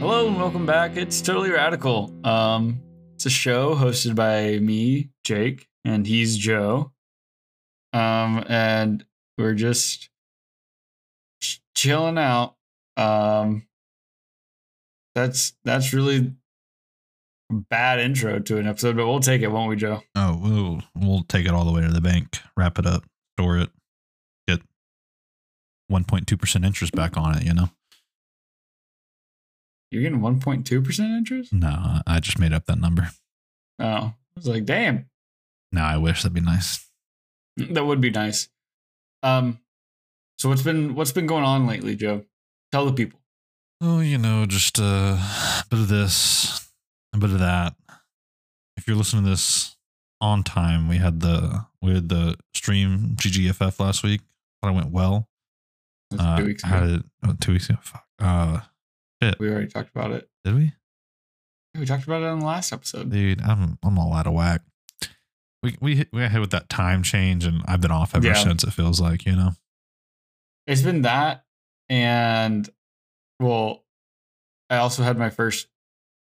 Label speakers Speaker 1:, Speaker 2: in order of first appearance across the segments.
Speaker 1: welcome back. It's totally radical. Um, it's a show hosted by me, Jake, and he's Joe. Um, and we're just ch- chilling out. Um, that's that's really a bad intro to an episode, but we'll take it, won't we, Joe?
Speaker 2: Oh, we'll, we'll take it all the way to the bank, wrap it up, store it, get 1.2% interest back on it, you know?
Speaker 1: You're getting 1.2 percent interest.
Speaker 2: No, I just made up that number.
Speaker 1: Oh, I was like, damn.
Speaker 2: No, I wish that'd be nice.
Speaker 1: That would be nice. Um, so what's been what's been going on lately, Joe? Tell the people.
Speaker 2: Oh, you know, just uh, a bit of this, a bit of that. If you're listening to this on time, we had the we had the stream GGFF last week. Thought it went well.
Speaker 1: That's
Speaker 2: Uh,
Speaker 1: two weeks
Speaker 2: I had
Speaker 1: ago.
Speaker 2: it oh, two weeks ago. Fuck. Uh,
Speaker 1: We already talked about it.
Speaker 2: did we?
Speaker 1: We talked about it on the last episode.
Speaker 2: Dude, I'm I'm all out of whack. We we hit, we got hit with that time change, and I've been off ever
Speaker 1: Yeah.
Speaker 2: since. It feels like you know.
Speaker 1: It's been that, and well, I also had my first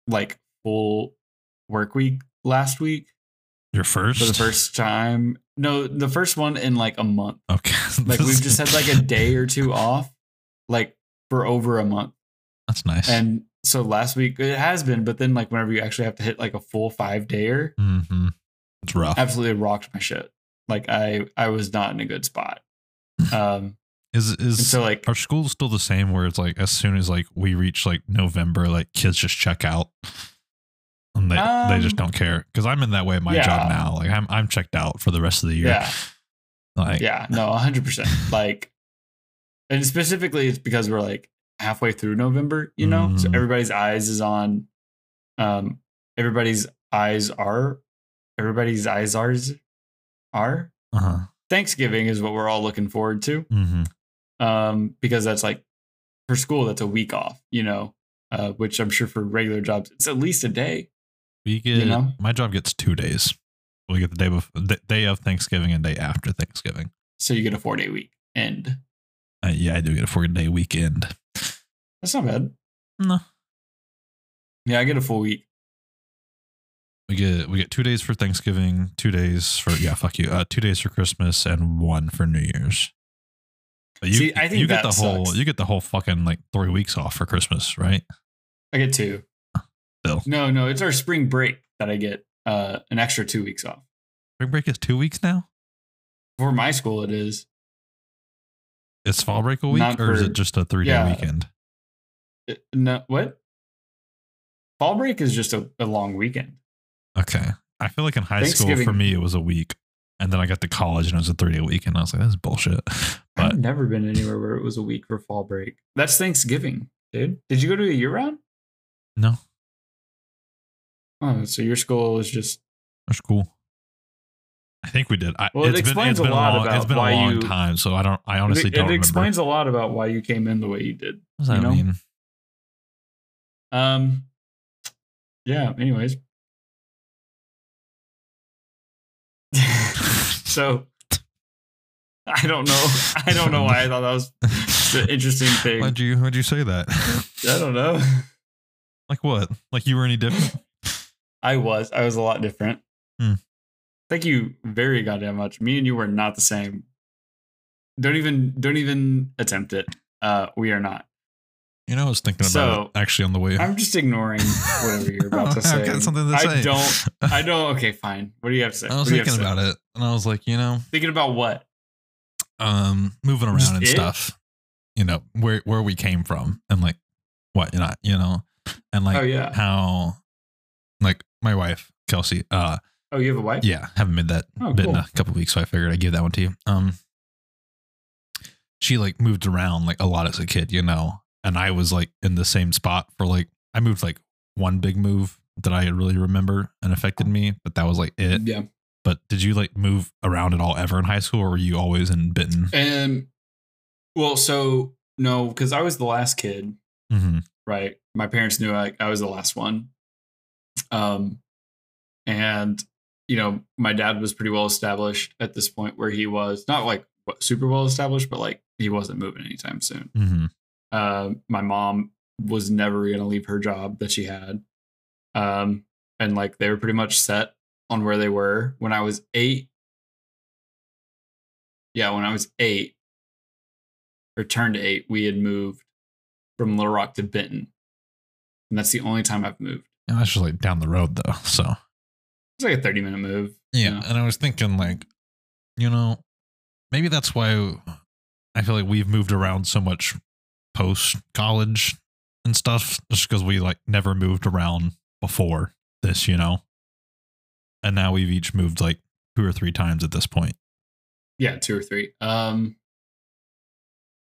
Speaker 1: like full work week last week
Speaker 2: Your first,
Speaker 1: for the first time. No, the first one in like a month.
Speaker 2: Okay,
Speaker 1: Like we've just had like a day or two off, like for over a month.
Speaker 2: That's nice.
Speaker 1: And so last week it has been, but then like whenever you actually have to hit like a full five dayer,
Speaker 2: mm-hmm. it's rough.
Speaker 1: absolutely rocked my shit. Like I I was not in a good spot. Um
Speaker 2: Is
Speaker 1: and
Speaker 2: is
Speaker 1: so like
Speaker 2: our school still the same? Where it's like as soon as like we reach like November, like kids just check out, and they they just
Speaker 1: Um,
Speaker 2: don't care. Because I'm in that way at my
Speaker 1: yeah.
Speaker 2: job now. Like I'm I'm checked out for the rest of the year.
Speaker 1: Yeah.
Speaker 2: Like
Speaker 1: yeah, no, hundred percent. Like and specifically it's because we're like halfway through November, you know? So
Speaker 2: Mhm.
Speaker 1: everybody's eyes is on um everybody's eyes are everybody's eyes are are
Speaker 2: uh-huh.
Speaker 1: Thanksgiving is what we're all looking forward to.
Speaker 2: hmm
Speaker 1: um, because that's like for school that's a week off, you know, uh, which I'm sure for regular jobs it's at least a day.
Speaker 2: We get
Speaker 1: know?
Speaker 2: my job gets two days. We get the day before, the day of Thanksgiving and day after Thanksgiving.
Speaker 1: So you get a four day week, and
Speaker 2: Uh, yeah, I do get a four day weekend.
Speaker 1: that's not bad.
Speaker 2: No,
Speaker 1: Yeah, I get a full week.
Speaker 2: we get we get two days for Thanksgiving, two days for yeah, fuck you, uh, two days for Christmas, and one for New Year's. But you,
Speaker 1: See, I think
Speaker 2: you get
Speaker 1: that
Speaker 2: the whole
Speaker 1: sucks.
Speaker 2: you get the whole fucking like three weeks off for Christmas, right?
Speaker 1: I get two.
Speaker 2: Bill,
Speaker 1: No, no, it's our spring break that I get uh, an extra two weeks off.
Speaker 2: spring break is two weeks now.
Speaker 1: For my school, it is.
Speaker 2: Is fall break a week,
Speaker 1: Not
Speaker 2: or is
Speaker 1: for-
Speaker 2: it just a three day
Speaker 1: yeah.
Speaker 2: weekend?
Speaker 1: it- uh, no, what? Fall break is just a, a long weekend.
Speaker 2: Okay, I feel like in high school for
Speaker 1: Thanksgiving-
Speaker 2: me it was a week, and then I got to college and it was a three day weekend. I was like, that's bullshit. But
Speaker 1: I've never been anywhere where it was a week for fall break. That's Thanksgiving, dude. Did you go to a year round?
Speaker 2: no,
Speaker 1: Oh, so your school is just
Speaker 2: That's cool. I think we did. I,
Speaker 1: Well, it
Speaker 2: it's been,
Speaker 1: explains
Speaker 2: it's
Speaker 1: a
Speaker 2: been a,
Speaker 1: lot
Speaker 2: long,
Speaker 1: about
Speaker 2: it's been a
Speaker 1: why
Speaker 2: long
Speaker 1: you-
Speaker 2: time, so I don't. I honestly
Speaker 1: it,
Speaker 2: don't
Speaker 1: it
Speaker 2: remember.
Speaker 1: explains a lot about why you came in the way you did.
Speaker 2: what
Speaker 1: you
Speaker 2: does that
Speaker 1: know?
Speaker 2: mean?
Speaker 1: Um, yeah. Anyways, so I don't know. I don't know why I thought that was the interesting thing.
Speaker 2: Why'd you Why'd you say that?
Speaker 1: I don't know.
Speaker 2: like what? Like you were any different?
Speaker 1: I was. I was a lot different.
Speaker 2: Hmm.
Speaker 1: Thank you very goddamn much. Me and you were not the same. Don't even. Don't even attempt it. Uh, we are not.
Speaker 2: You know, I was thinking about
Speaker 1: So,
Speaker 2: it actually on the way.
Speaker 1: I'm just ignoring whatever you're about to say.
Speaker 2: I've got something to
Speaker 1: I
Speaker 2: say.
Speaker 1: don't. I don't. Okay, fine. What do you have to say?
Speaker 2: I was
Speaker 1: What do you have
Speaker 2: thinking
Speaker 1: to say?
Speaker 2: about it, and I was like, you know,
Speaker 1: Thinking about what?
Speaker 2: um, moving around
Speaker 1: Just
Speaker 2: and
Speaker 1: it?
Speaker 2: stuff. You know where where we came from, and like what not, you know, and like
Speaker 1: oh yeah.
Speaker 2: how, like my wife Kelsey, uh,
Speaker 1: Oh, you have a wife?
Speaker 2: Yeah, haven't made that
Speaker 1: Oh,
Speaker 2: bit in
Speaker 1: cool.
Speaker 2: a couple weeks, so I figured I'd give that one to you. Um, she like moved around like a lot as a kid, you know, and I was like in the same spot for like I moved like one big move that I really remember and affected me, but that was like it.
Speaker 1: Yeah.
Speaker 2: But did you like move around at all ever in high school, or were you always in Benton?
Speaker 1: And well, so no, because I was the last kid,
Speaker 2: Mm-hmm.
Speaker 1: right? My parents knew I, I was the last one. Um, and you know, my dad was pretty well established at this point, where he was not like super well established, but like he wasn't moving anytime soon.
Speaker 2: Mm-hmm.
Speaker 1: uh, my mom was never going to leave her job that she had. Um, and like they were pretty much set on where they were when I was eight. Yeah, when I was eight or turned eight, we had moved from Little Rock to Benton. And that's the only time I've moved.
Speaker 2: And that's just like down the road though. So
Speaker 1: It's like a 30 minute move.
Speaker 2: yeah.
Speaker 1: Yeah.
Speaker 2: And I was thinking like, you know, maybe that's why I feel like we've moved around so much post college and stuff, just because we like never moved around before this, you know. And now we've each moved like two or three times at this point,
Speaker 1: Yeah, two or three. Um,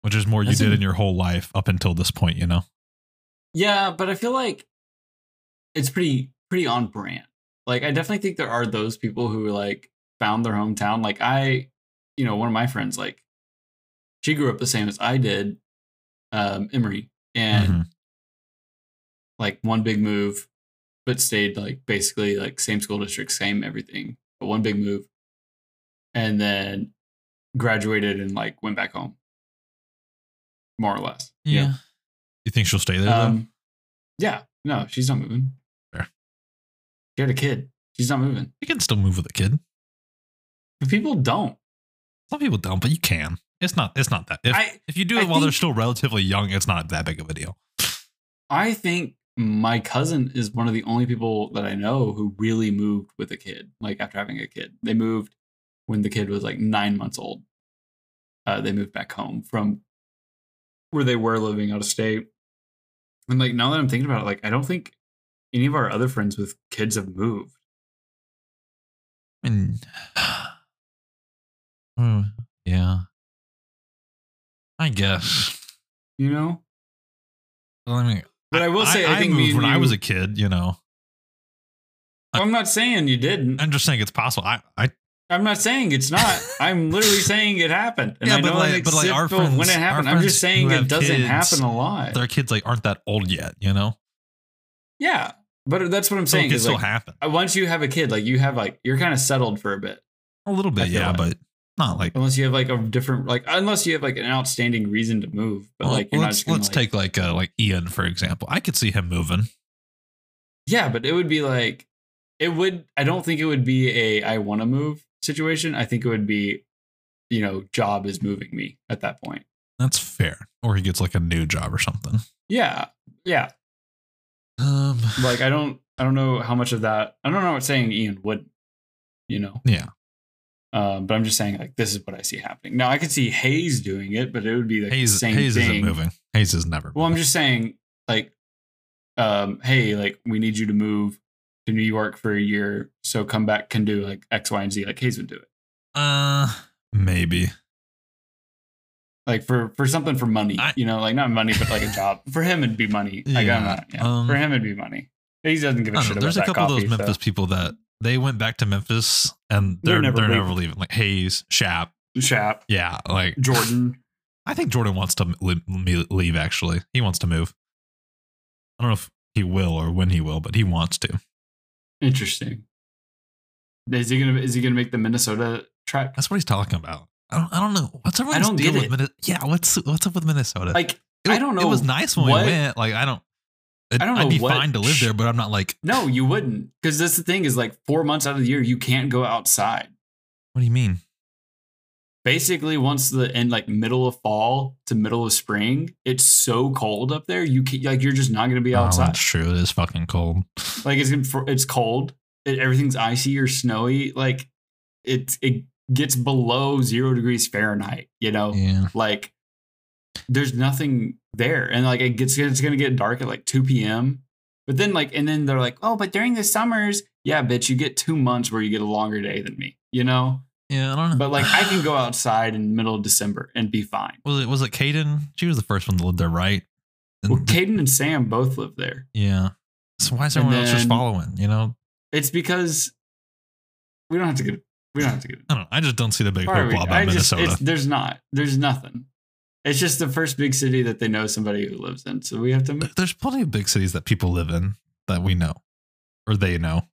Speaker 2: which is more you
Speaker 1: That's
Speaker 2: did
Speaker 1: in-
Speaker 2: in your whole life up until this point, you know.
Speaker 1: Yeah, but I feel like it's pretty pretty on brand. Like I definitely think there are those people who like found their hometown. Like I, you know, one of my friends, like she grew up the same as I did, um, Emory, and
Speaker 2: Mhm.
Speaker 1: like one big move, but stayed like basically like same school district, same everything, but one big move, and then graduated and like went back home, more or less. you know?
Speaker 2: You think she'll stay there? though?
Speaker 1: Um, yeah, no, she's not moving.
Speaker 2: Fair.
Speaker 1: She had a kid. She's not moving.
Speaker 2: You can still move with a kid.
Speaker 1: But people don't.
Speaker 2: Some people don't, but you can. It's not. It's not that. If,
Speaker 1: I
Speaker 2: if you do
Speaker 1: I
Speaker 2: it while they're
Speaker 1: think-
Speaker 2: still relatively young, it's not that big of a deal.
Speaker 1: I think my cousin is one of the only people that I know who really moved with a kid. Like after having a kid, they moved when the kid was like nine months old. Uh, they moved back home from where they were living out of state. And like now that I'm thinking about it, like I don't think any of our other friends with kids have moved.
Speaker 2: I mean, oh, yeah. I guess.
Speaker 1: You know?
Speaker 2: Well, I mean,
Speaker 1: But I will say, I think me
Speaker 2: moved
Speaker 1: and
Speaker 2: when I
Speaker 1: you-
Speaker 2: was a kid. You know,
Speaker 1: I'm not saying you didn't.
Speaker 2: I'm just saying it's possible. I, I
Speaker 1: I'm not saying it's not. I'm literally saying it happened. And
Speaker 2: Yeah,
Speaker 1: I
Speaker 2: but
Speaker 1: know
Speaker 2: like-
Speaker 1: like,
Speaker 2: but like
Speaker 1: when
Speaker 2: our friends-
Speaker 1: it
Speaker 2: our
Speaker 1: happened. I'm
Speaker 2: friends
Speaker 1: just saying
Speaker 2: who
Speaker 1: it
Speaker 2: have
Speaker 1: doesn't
Speaker 2: kids,
Speaker 1: happen a lot.
Speaker 2: their kids like aren't that old yet. You know,
Speaker 1: Yeah, but that's what I'm
Speaker 2: so it
Speaker 1: saying.
Speaker 2: can
Speaker 1: Is
Speaker 2: still
Speaker 1: like, uh,
Speaker 2: happen
Speaker 1: once you have a kid, like you have like you're kind of settled for a bit.
Speaker 2: a little
Speaker 1: I
Speaker 2: bit.
Speaker 1: feel
Speaker 2: Yeah,
Speaker 1: like-
Speaker 2: but not like.
Speaker 1: Unless you have like a different like unless you have like an outstanding reason to move. But
Speaker 2: Well,
Speaker 1: like you're not
Speaker 2: let's
Speaker 1: just gonna,
Speaker 2: let's
Speaker 1: like-
Speaker 2: take like uh, like Ian for example. I could see him moving.
Speaker 1: Yeah, but it would be like it would I don't think it would be a I want to move situation. I think it would be you know, job is moving me at that point.
Speaker 2: That's fair. Or he gets like a new job or something.
Speaker 1: Yeah. Yeah.
Speaker 2: Um,
Speaker 1: like I don't I don't know how much of that I don't know what saying Ian would, you know.
Speaker 2: yeah,
Speaker 1: Um, but I'm just saying like this is what I see happening. Now I could see Hayes doing it, but it would be like the
Speaker 2: Hayes
Speaker 1: same
Speaker 2: Hayes
Speaker 1: thing.
Speaker 2: isn't moving. Hayes is never.
Speaker 1: Well, I'm
Speaker 2: moving.
Speaker 1: just saying like, um, hey, like we need you to move to New York for a year, so come back can do like X, Y, and Z. Like Hayes would do it,
Speaker 2: uh maybe.
Speaker 1: like for for something for money,
Speaker 2: I-
Speaker 1: you know, like not money, but like a job for him. It'd be money. Like
Speaker 2: Yeah,
Speaker 1: I'm not. Yeah.
Speaker 2: um,
Speaker 1: for him, it'd be money. Hayes doesn't give a
Speaker 2: I don't
Speaker 1: shit
Speaker 2: know.
Speaker 1: about
Speaker 2: There's a
Speaker 1: that
Speaker 2: couple of
Speaker 1: coffee,
Speaker 2: those
Speaker 1: so-
Speaker 2: Memphis people that they went back to Memphis and they're
Speaker 1: They're
Speaker 2: they're never,
Speaker 1: never
Speaker 2: leaving. Like Hayes, Shap,
Speaker 1: Shap,
Speaker 2: yeah, like
Speaker 1: Jordan.
Speaker 2: I think Jordan wants to li- li- leave. Actually, he wants to move. I don't know if he will or when he will, but he wants to.
Speaker 1: Interesting. Is he gonna is he gonna make the Minnesota track?
Speaker 2: That's what he's talking about. I don't. I don't know. What's everyone's
Speaker 1: don't
Speaker 2: deal
Speaker 1: get
Speaker 2: with Minnesota? Yeah. What's what's up with Minnesota?
Speaker 1: Like
Speaker 2: It-
Speaker 1: I don't
Speaker 2: It
Speaker 1: know
Speaker 2: was nice when
Speaker 1: what-
Speaker 2: we went. Like I don't. It,
Speaker 1: I don't
Speaker 2: I'd
Speaker 1: know
Speaker 2: be
Speaker 1: what
Speaker 2: fine to live
Speaker 1: sh-
Speaker 2: there, but I'm not like.
Speaker 1: no, you wouldn't because that's the thing is like four months out of the year you can't go outside.
Speaker 2: What do you mean?
Speaker 1: Basically, once the end like middle of fall to middle of spring, it's so cold up there. You can like you're just not gonna be
Speaker 2: Oh,
Speaker 1: outside.
Speaker 2: that's true. It is fucking cold.
Speaker 1: like it's gonna- for- it's cold. It, everything's icy or snowy. Like it it gets below zero degrees Fahrenheit. You know.
Speaker 2: Yeah.
Speaker 1: like there's nothing there and like it gets it's gonna get dark at like 2 p.m but then like and then they're like oh but during the summers yeah bitch you get two months where you get a longer day than me you know
Speaker 2: Yeah. I don't know.
Speaker 1: but like i can go outside in middle of december and be fine
Speaker 2: Was it was it Caden? She was the first one to live there, right? And-
Speaker 1: well caden and sam both live there
Speaker 2: yeah. So why is everyone else
Speaker 1: then-
Speaker 2: just following? You know,
Speaker 1: it's because we don't have to get we don't have to get
Speaker 2: I don't. know. I just don't see the big
Speaker 1: Why are
Speaker 2: hoopla
Speaker 1: we-
Speaker 2: about
Speaker 1: I just-
Speaker 2: Minnesota.
Speaker 1: it's- there's not there's nothing it's just the first big city that they know somebody who lives in so we have to move
Speaker 2: There- There's plenty of big cities that people live in that we know, or they know.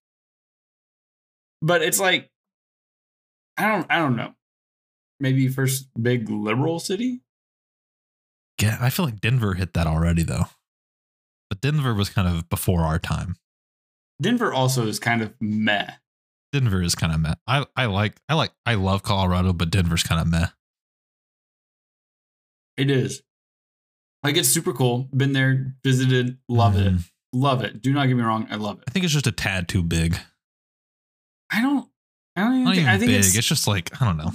Speaker 1: but it's like i don't i don't know maybe first big liberal city
Speaker 2: Yeah, I feel like Denver hit that already, though. But Denver was kind of before our time.
Speaker 1: Denver also is kind of meh.
Speaker 2: Denver is kind of meh. I, I like I like I love Colorado, but Denver's kind of meh.
Speaker 1: It is. Like it's super cool. Been there, visited, love it.
Speaker 2: Mm.
Speaker 1: Love it. Do not get me wrong, I love
Speaker 2: I
Speaker 1: it.
Speaker 2: think it's just a tad too big.
Speaker 1: I don't I don't even
Speaker 2: Not
Speaker 1: think
Speaker 2: even
Speaker 1: I think
Speaker 2: big.
Speaker 1: it's,
Speaker 2: It's, just like I don't know.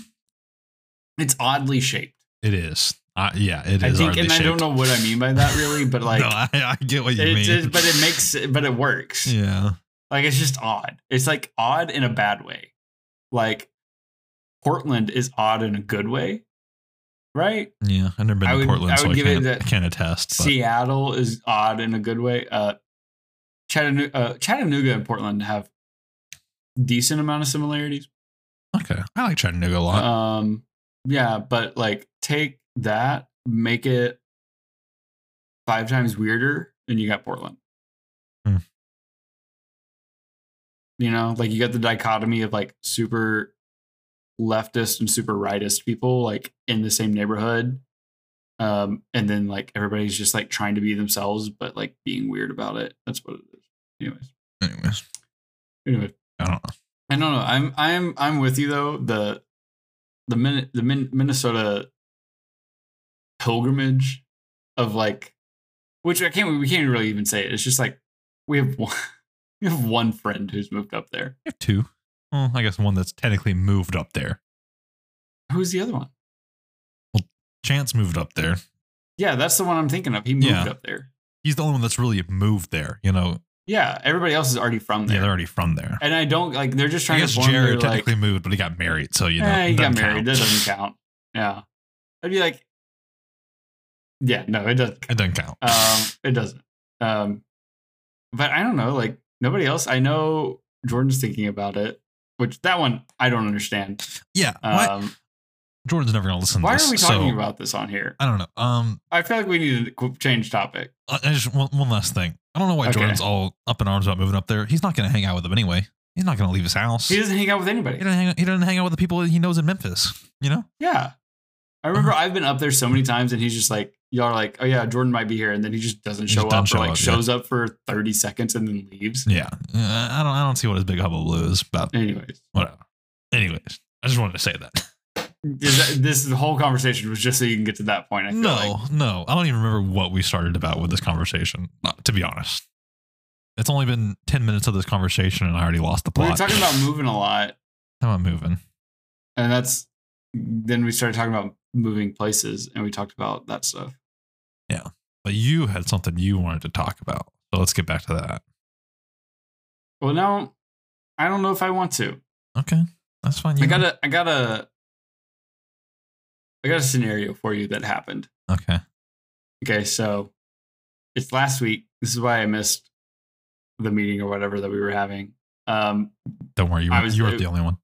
Speaker 1: it's oddly shaped.
Speaker 2: It is. I, yeah, it is.
Speaker 1: I think
Speaker 2: oddly
Speaker 1: and I don't
Speaker 2: shaped.
Speaker 1: know what I mean by that really, but like
Speaker 2: no, I, I get what you
Speaker 1: it's,
Speaker 2: mean.
Speaker 1: it's- but it makes it but it works.
Speaker 2: yeah,
Speaker 1: Like it's just odd. It's like odd in a bad way. Like Portland is odd in a good way. Right?
Speaker 2: yeah. I've never been
Speaker 1: I
Speaker 2: to
Speaker 1: would-
Speaker 2: Portland,
Speaker 1: I
Speaker 2: so
Speaker 1: would
Speaker 2: I
Speaker 1: give it
Speaker 2: can't,
Speaker 1: that-
Speaker 2: I can't attest. But
Speaker 1: Seattle is odd in a good way. Uh, Chattanooga, uh, Chattanooga and Portland have decent amount of similarities.
Speaker 2: okay, I like Chattanooga a lot.
Speaker 1: Um, yeah, but like take that, make it five times weirder, and you got Portland.
Speaker 2: Hmm.
Speaker 1: You know, like you got the dichotomy of like super leftist and super rightist people like in the same neighborhood. Um, and then like everybody's just like trying to be themselves, but like being weird about it. That's what it is. Anyways,
Speaker 2: Anyways,
Speaker 1: anyway,
Speaker 2: I don't know.
Speaker 1: I don't know. I'm I'm I'm with you though. The the Min, the Min, Minnesota pilgrimage of like, which I can't we can't really even say it. It's just like we have one, we have one friend who's moved up there.
Speaker 2: You have two. Well, I guess one that's technically moved up there.
Speaker 1: Who's the other one?
Speaker 2: Chance moved up there.
Speaker 1: Yeah, that's the one I'm thinking of. He moved
Speaker 2: Yeah.
Speaker 1: up there.
Speaker 2: He's the only one that's really moved there. You know,
Speaker 1: Yeah, everybody else is already from
Speaker 2: yeah,
Speaker 1: there.
Speaker 2: they're already from there.
Speaker 1: and I don't like they're just
Speaker 2: I
Speaker 1: trying
Speaker 2: guess
Speaker 1: to form their,
Speaker 2: Jared
Speaker 1: like
Speaker 2: technically moved, but he got married, so you know.
Speaker 1: Yeah, he got
Speaker 2: doesn't
Speaker 1: married.
Speaker 2: count.
Speaker 1: That doesn't count. Yeah, I'd be like, yeah, no, it doesn't.
Speaker 2: It doesn't count.
Speaker 1: Um, it doesn't. Um, but I don't know. Like nobody else. I know Jordan's thinking about it, which that one I don't understand.
Speaker 2: yeah, why,
Speaker 1: Um,
Speaker 2: Jordan's never gonna listen.
Speaker 1: why
Speaker 2: to this,
Speaker 1: are we talking
Speaker 2: so-
Speaker 1: about this on here?
Speaker 2: I don't know. Um,
Speaker 1: I feel like we need to qu- change topic.
Speaker 2: I I Uh, just one, one last thing. I don't know why
Speaker 1: Okay.
Speaker 2: Jordan's all up in arms about moving up there. He's not gonna hang out with them anyway. He's not gonna leave his house.
Speaker 1: He doesn't hang out with
Speaker 2: He
Speaker 1: anybody.
Speaker 2: doesn't hang. He doesn't hang out with the people that he knows in Memphis. You know.
Speaker 1: Yeah, I remember
Speaker 2: Uh-huh.
Speaker 1: I've been up there so many times, and he's just like, y'all are like, oh yeah, Jordan might be here, and then he just doesn't
Speaker 2: He
Speaker 1: show
Speaker 2: just doesn't
Speaker 1: up,
Speaker 2: show
Speaker 1: or like
Speaker 2: up, yeah.
Speaker 1: shows up for thirty seconds and then leaves.
Speaker 2: Yeah. Uh, I don't. I don't see what his big hubble is about.
Speaker 1: Anyways,
Speaker 2: Whatever. Anyways, I just wanted to say that.
Speaker 1: is that- this the whole conversation was just so you can get to that point. I feel
Speaker 2: No,
Speaker 1: like.
Speaker 2: no, I don't even remember what we started about with this conversation. uh, To be honest, it's only been ten minutes of this conversation, and I already lost the
Speaker 1: we
Speaker 2: plot.
Speaker 1: were talking about moving a lot.
Speaker 2: How about moving?
Speaker 1: and that's then we started talking about moving places and we talked about that stuff
Speaker 2: But you had something you wanted to talk about, so let's get back to that.
Speaker 1: well now i don't know if i want to
Speaker 2: Okay, that's fine.
Speaker 1: i
Speaker 2: You
Speaker 1: got a i got a i got a scenario for you that happened
Speaker 2: Okay.
Speaker 1: okay so it's last week this is why i missed the meeting or whatever that we were having um
Speaker 2: Don't worry, you
Speaker 1: I
Speaker 2: were
Speaker 1: was-
Speaker 2: you were the only one.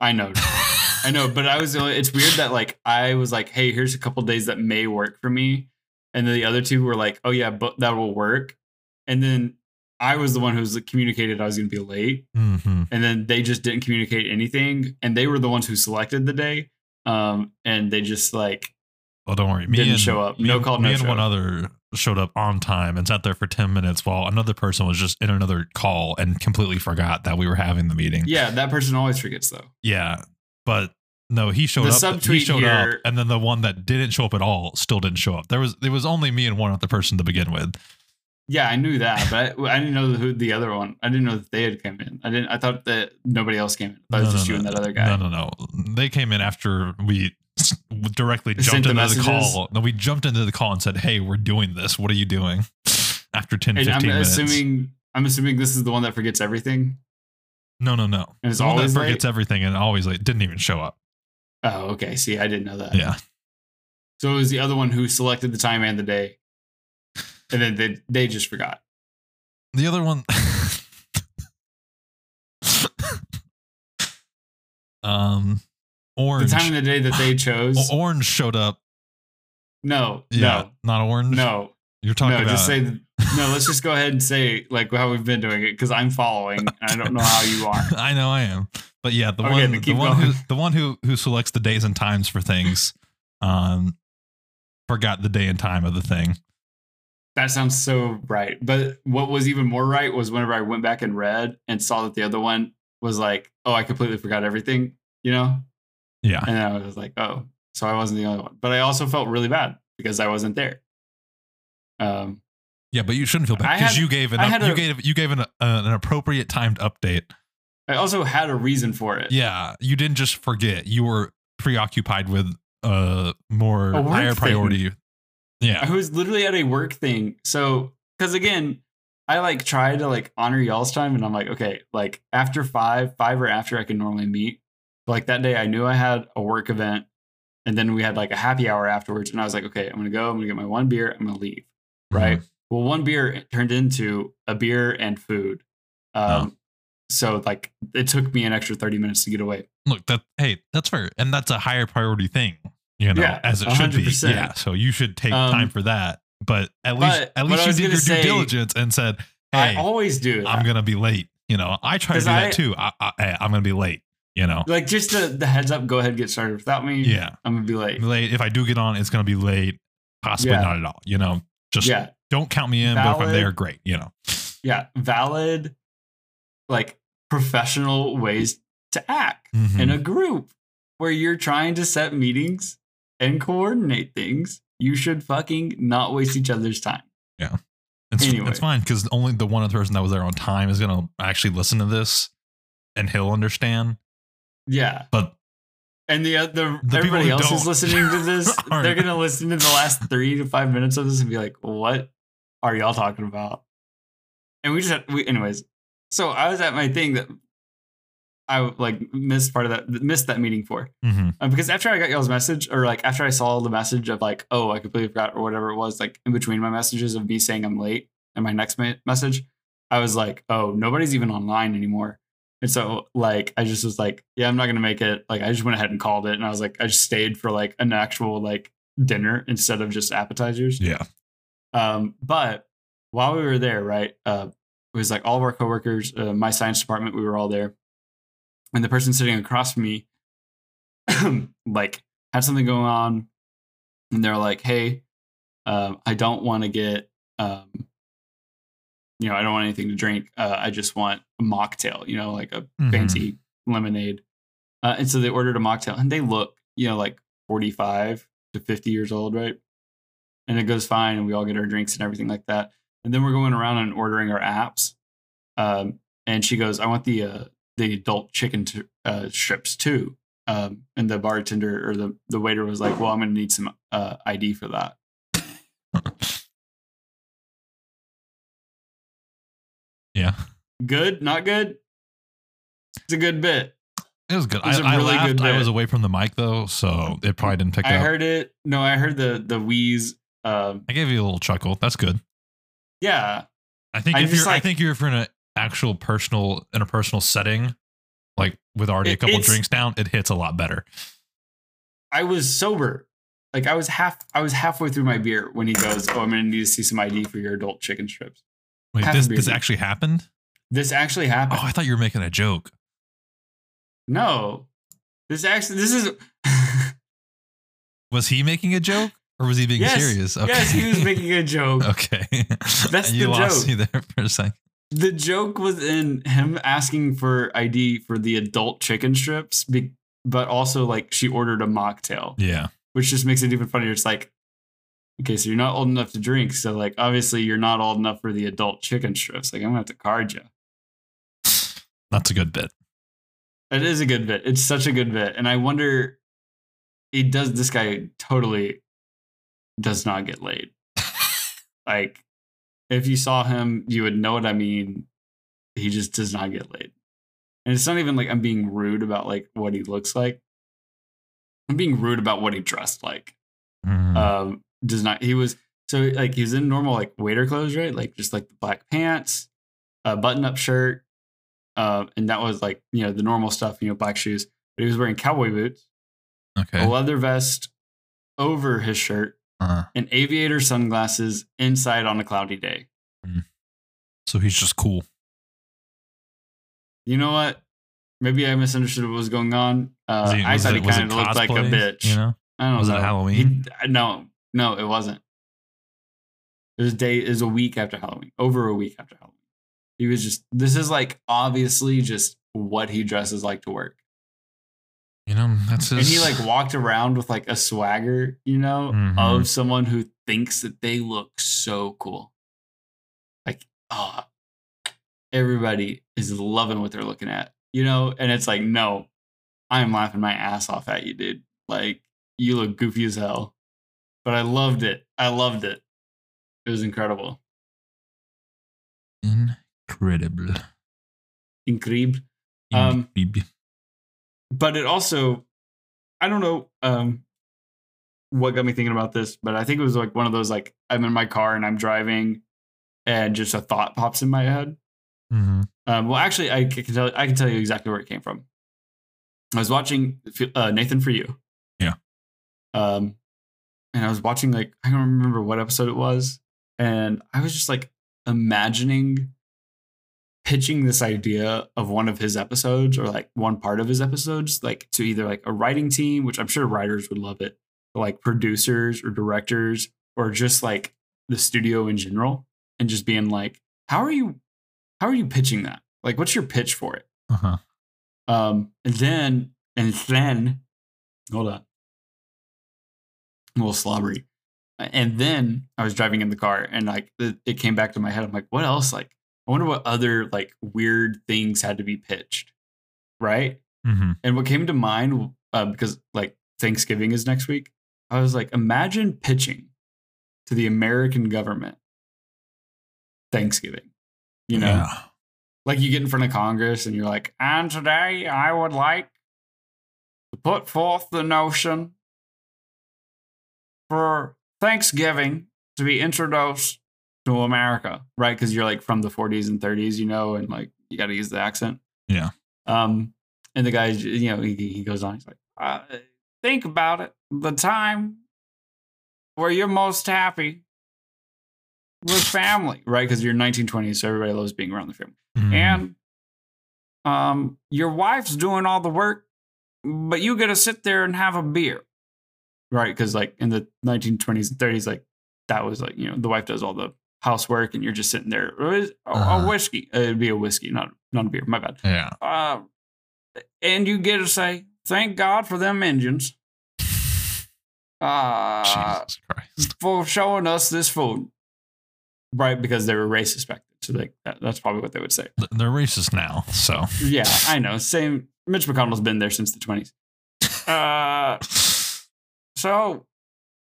Speaker 1: i know I know, but I was. the only- It's weird that like I was like, "Hey, here's a couple days that may work for me," and then the other two were like, "Oh yeah, but that will work," and then I was the one who was like, communicated I was going to be late,
Speaker 2: hmm
Speaker 1: and then they just didn't communicate anything, and they were the ones who selected the day, um, and they just like
Speaker 2: Well, don't worry. Me
Speaker 1: Didn't
Speaker 2: and,
Speaker 1: show up.
Speaker 2: me
Speaker 1: No
Speaker 2: and-
Speaker 1: call,
Speaker 2: Me
Speaker 1: no
Speaker 2: and
Speaker 1: show.
Speaker 2: one other showed up on time and sat there for ten minutes while another person was just in another call and completely forgot that we were having the meeting.
Speaker 1: yeah, that person always forgets though.
Speaker 2: Yeah, but no, he showed
Speaker 1: The
Speaker 2: up. He
Speaker 1: subtweet
Speaker 2: showed up,
Speaker 1: here-
Speaker 2: and then the one that didn't show up at all still didn't show up. There was there was only me and one other person to begin with.
Speaker 1: Yeah, I knew that, but I, I didn't know who the other one. I didn't know that they had come in. I didn't. I thought that nobody else came in. I thought it was just you and that other guy.
Speaker 2: No, no, no. They came in after we directly
Speaker 1: They sent
Speaker 2: jumped
Speaker 1: the
Speaker 2: into the
Speaker 1: messages?
Speaker 2: call. No, we jumped into the call and said, "Hey, we're doing this. What are you doing?" After 10,
Speaker 1: and
Speaker 2: 15
Speaker 1: I'm
Speaker 2: minutes.
Speaker 1: assuming. I'm assuming this is the one that forgets everything.
Speaker 2: no, no, no.
Speaker 1: And it's
Speaker 2: the one that
Speaker 1: always
Speaker 2: forgets everything and always like didn't even show up.
Speaker 1: Oh, okay. See, I didn't know that.
Speaker 2: Yeah,
Speaker 1: So it was the other one who selected the time and the day, and then they they just forgot.
Speaker 2: the other one. um, orange.
Speaker 1: The time and the day that they chose.
Speaker 2: O- orange showed up.
Speaker 1: no,
Speaker 2: Yeah, not orange.
Speaker 1: no, no,
Speaker 2: you're talking
Speaker 1: no.
Speaker 2: about.
Speaker 1: Just say no. Let's just go ahead and say like how we've been doing it because I'm following. And I don't know how you are.
Speaker 2: I know I am, but yeah, the
Speaker 1: Okay,
Speaker 2: one,
Speaker 1: then
Speaker 2: the
Speaker 1: keep
Speaker 2: one, who,
Speaker 1: going.
Speaker 2: the one who who selects the days and times for things, um, forgot the day and time of the thing.
Speaker 1: That sounds so right. But what was even more right was whenever I went back and read and saw that the other one was like, oh, I completely forgot everything, you know?
Speaker 2: Yeah.
Speaker 1: And I was like, oh, so I wasn't the only one. But I also felt really bad because I wasn't there. Um,
Speaker 2: Yeah, but you shouldn't feel
Speaker 1: I
Speaker 2: bad because
Speaker 1: had-
Speaker 2: you gave an
Speaker 1: I
Speaker 2: up,
Speaker 1: had
Speaker 2: you
Speaker 1: a-
Speaker 2: gave you gave an, uh, an appropriate timed update.
Speaker 1: I also had a reason for it.
Speaker 2: Yeah, you didn't just forget. You were preoccupied with uh more
Speaker 1: A work
Speaker 2: higher
Speaker 1: thing.
Speaker 2: priority. Yeah.
Speaker 1: I was literally at a work thing. So, because again, I like try to like honor y'all's time, and I'm like, okay, like after five, five or after I can normally meet. But like that day, I knew I had a work event, and then we had like a happy hour afterwards, and I was like, okay, I'm gonna go, I'm gonna get my one beer, I'm gonna leave. Right.
Speaker 2: Mm-hmm.
Speaker 1: Well, one beer turned into a beer and food.
Speaker 2: Oh.
Speaker 1: Um, So like it took me an extra thirty minutes to get away.
Speaker 2: Look, that hey, that's fair. And that's a higher priority thing, you know,
Speaker 1: Yeah,
Speaker 2: as it should be.
Speaker 1: 100%.
Speaker 2: Yeah. So you should take
Speaker 1: Um,
Speaker 2: time for that. But at least
Speaker 1: but
Speaker 2: at
Speaker 1: what
Speaker 2: least
Speaker 1: I
Speaker 2: you
Speaker 1: was
Speaker 2: did your
Speaker 1: gonna
Speaker 2: due
Speaker 1: say-
Speaker 2: diligence and said,
Speaker 1: I
Speaker 2: Hey,
Speaker 1: always do. that.
Speaker 2: I'm gonna be late. You know, I try to do
Speaker 1: 'Cause I-
Speaker 2: that too. I, I hey, I'm gonna be late, you know.
Speaker 1: like just the, the heads up. Go ahead, and get started without me.
Speaker 2: Yeah.
Speaker 1: I'm gonna be late.
Speaker 2: late. If I do get on, it's gonna be late, possibly
Speaker 1: Yeah.
Speaker 2: not at all. You know, just
Speaker 1: Yeah,
Speaker 2: don't count me in. But if I'm
Speaker 1: Valid.
Speaker 2: there, great. You know,
Speaker 1: yeah, valid, like professional ways to act
Speaker 2: Mhm.
Speaker 1: in a group where you're trying to set meetings and coordinate things. You should fucking not waste each other's time.
Speaker 2: it's,
Speaker 1: anyway.
Speaker 2: it's fine because only the one other person that was there on time is gonna actually listen to this, and he'll understand.
Speaker 1: Yeah,
Speaker 2: But
Speaker 1: and the other
Speaker 2: The people
Speaker 1: everybody
Speaker 2: who
Speaker 1: else
Speaker 2: don't
Speaker 1: who's listening to this,
Speaker 2: aren't.
Speaker 1: they're gonna listen to the last three to five minutes of this and be like, "What are y'all talking about?" And we just had, we anyways. So I was at my thing that I like missed part of that missed that meeting for.
Speaker 2: Mhm.
Speaker 1: Um, because after I got y'all's message, or like after I saw the message of like, oh, I completely forgot, or whatever it was, like in between my messages of me saying I'm late and my next me- message, I was like, oh, nobody's even online anymore. And so, like, I just was like, yeah, I'm not going to make it. Like, I just went ahead and called it. And I was like, I just stayed for like an actual like dinner instead of just appetizers.
Speaker 2: yeah,
Speaker 1: Um, but while we were there, right, uh, it was like all of our coworkers, uh, my science department, we were all there, and the person sitting across from me, like, had something going on, and they're like, "Hey, um, I don't want to get, um, you know, I don't want anything to drink. Uh, I just want a mocktail, you know, like a
Speaker 2: Mhm.
Speaker 1: fancy lemonade." Uh, and so they ordered a mocktail, and they look, you know, like forty-five to fifty years old, right? and it goes fine and we all get our drinks and everything like that and then we're going around and ordering our apps um, and she goes i want the uh, the adult chicken t- uh, strips too um, and the bartender or the, the waiter was like well i'm going to need some uh, id for that
Speaker 2: yeah.
Speaker 1: good not good it's a good bit
Speaker 2: It was good.
Speaker 1: It was
Speaker 2: I,
Speaker 1: a
Speaker 2: I
Speaker 1: really
Speaker 2: laughed.
Speaker 1: good
Speaker 2: I
Speaker 1: bit.
Speaker 2: was away from the mic though, so it probably didn't pick
Speaker 1: i
Speaker 2: up.
Speaker 1: heard it no i heard the the wheeze um,
Speaker 2: I gave you a little chuckle. That's good.
Speaker 1: yeah
Speaker 2: I think
Speaker 1: I'm
Speaker 2: if
Speaker 1: just
Speaker 2: you're, I
Speaker 1: like-
Speaker 2: think you're for an actual personal, in a personal setting, like with already a
Speaker 1: It-
Speaker 2: couple
Speaker 1: it's-
Speaker 2: drinks down, it hits a lot better.
Speaker 1: i was sober like i was half i was halfway through my beer when he goes oh i'm going to need to see some id for your adult chicken strips
Speaker 2: Wait,
Speaker 1: Half a
Speaker 2: this
Speaker 1: beer
Speaker 2: this
Speaker 1: deep.
Speaker 2: actually happened?
Speaker 1: this actually happened
Speaker 2: Oh, I thought you were making a joke.
Speaker 1: No. This actually this is
Speaker 2: Was he making a joke or was he being
Speaker 1: Yes.
Speaker 2: serious? Okay.
Speaker 1: Yes, he was making a joke.
Speaker 2: okay.
Speaker 1: That's
Speaker 2: you
Speaker 1: the joke.
Speaker 2: lost me there for a second.
Speaker 1: The joke was in him asking for ID for the adult chicken strips, be- but also like she ordered a mocktail,
Speaker 2: Yeah.
Speaker 1: which just makes it even funnier. It's like okay, so you're not old enough to drink, so like obviously you're not old enough for the adult chicken strips. Like I'm going to have to card you.
Speaker 2: That's a good bit.
Speaker 1: It is a good bit. It's such a good bit. And I wonder it does this guy totally does not get laid. like if you saw him, you would know what I mean. He just does not get laid. And it's not even like I'm being rude about like what he looks like. I'm being rude about what he dressed like.
Speaker 2: Mm.
Speaker 1: Um does not he was so like he was in normal like waiter clothes, right? Like just like the black pants, a button-up shirt, uh, and that was like you know the normal stuff, you know, black shoes. But he was wearing cowboy boots,
Speaker 2: okay.
Speaker 1: a leather vest over his shirt,
Speaker 2: Uh,
Speaker 1: and aviator sunglasses inside on a cloudy day.
Speaker 2: so he's just cool.
Speaker 1: You know what? Maybe I misunderstood what was going on. Uh,
Speaker 2: Was he-
Speaker 1: I
Speaker 2: was
Speaker 1: thought
Speaker 2: it-
Speaker 1: he
Speaker 2: was
Speaker 1: kind
Speaker 2: it
Speaker 1: of looked like a
Speaker 2: cosplay,
Speaker 1: bitch.
Speaker 2: You know?
Speaker 1: I don't
Speaker 2: Was it
Speaker 1: know.
Speaker 2: Halloween?
Speaker 1: He- no, no, it wasn't. There's a day is a week after Halloween, over a week after Halloween. He was just this is like obviously just what he dresses like to work.
Speaker 2: You know, that's his.
Speaker 1: And he like walked around with like a swagger, you know,
Speaker 2: Mhm.
Speaker 1: of someone who thinks that they look so cool. Like, ah, everybody is loving what they're looking at, you know? And it's like, no, I'm laughing my ass off at you, dude. Like, you look goofy as hell. But I loved it. I loved it. It was incredible.
Speaker 2: incredible.
Speaker 1: Incredible. Um,
Speaker 2: Incredible.
Speaker 1: but it also i don't know um what got me thinking about this but i think it was like one of those like i'm in my car and i'm driving and just a thought pops in my head
Speaker 2: Mhm.
Speaker 1: um, well actually i c- can tell i can tell you exactly where it came from i was watching uh, nathan for you
Speaker 2: Yeah.
Speaker 1: um and i was watching like i don't remember what episode it was and i was just like imagining pitching this idea of one of his episodes or like one part of his episodes, like to either like a writing team, which I'm sure writers would love it, but like producers or directors or just like the studio in general, and just being like, how are you, how are you pitching that? Like, what's your pitch for it?
Speaker 2: Uh-huh.
Speaker 1: Um, and then and then hold on. A little slobbery. And then I was driving in the car and like it it came back to my head. I'm like, what else? Like, I wonder what other like weird things had to be pitched. Right.
Speaker 2: Mhm.
Speaker 1: And what came to mind, uh, because like Thanksgiving is next week, I was like, imagine pitching to the American government Thanksgiving, you know?
Speaker 2: Yeah.
Speaker 1: like you get in front of Congress and you're like, and today I would like to put forth the notion for Thanksgiving to be introduced to America, right? Because you're like from the 40s and 30s, you know, and like you got to use the accent.
Speaker 2: Yeah.
Speaker 1: Um, and the guy, you know, he, he goes on. He's like, uh, think about it. The time where you're most happy with family, right? Because you're 1920s, so everybody loves being around the family
Speaker 2: Mhm.
Speaker 1: and um, your wife's doing all the work, but you get to sit there and have a beer, right? Because like in the 1920s and 30s, like that was like you know the wife does all the housework, and you're just sitting there. "Oh, is- oh,
Speaker 2: Uh-huh.
Speaker 1: A whiskey, Uh, it'd be a whiskey, not not a beer. My bad.
Speaker 2: Yeah.
Speaker 1: Uh, and you get to say thank God for them engines uh,
Speaker 2: Jesus Christ.
Speaker 1: for showing us this food, right? Because they were racist back then, so like that, that's probably what they would say.
Speaker 2: Th- They're racist now, so.
Speaker 1: Yeah, I know. Same. Mitch McConnell's been there since the 20s. Uh, so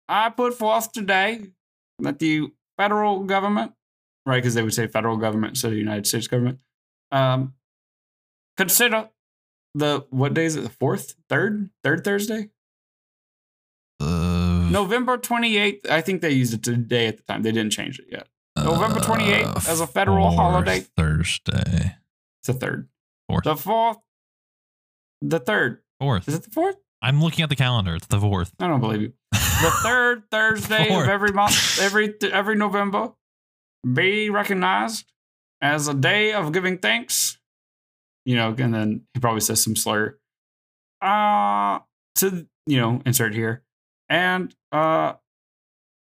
Speaker 1: I put forth today that the federal government, right, because they would say federal government instead of the United States government, um, consider the, what day is it? The fourth, third, third Thursday?
Speaker 2: Uh,
Speaker 1: November 28th. I think they used it today at the time. They didn't change it yet. November
Speaker 2: uh,
Speaker 1: 28th as a federal
Speaker 2: fourth
Speaker 1: holiday.
Speaker 2: Thursday.
Speaker 1: It's the third.
Speaker 2: Fourth.
Speaker 1: The fourth. The third. Is
Speaker 2: Fourth.
Speaker 1: it the fourth?
Speaker 2: I'm looking at the calendar. It's the fourth.
Speaker 1: I don't believe you. the third Thursday
Speaker 2: Fourth.
Speaker 1: of every month, every every November, be recognized as a day of giving thanks. You know, and then he probably says some slur. Uh to you know, insert here, and uh,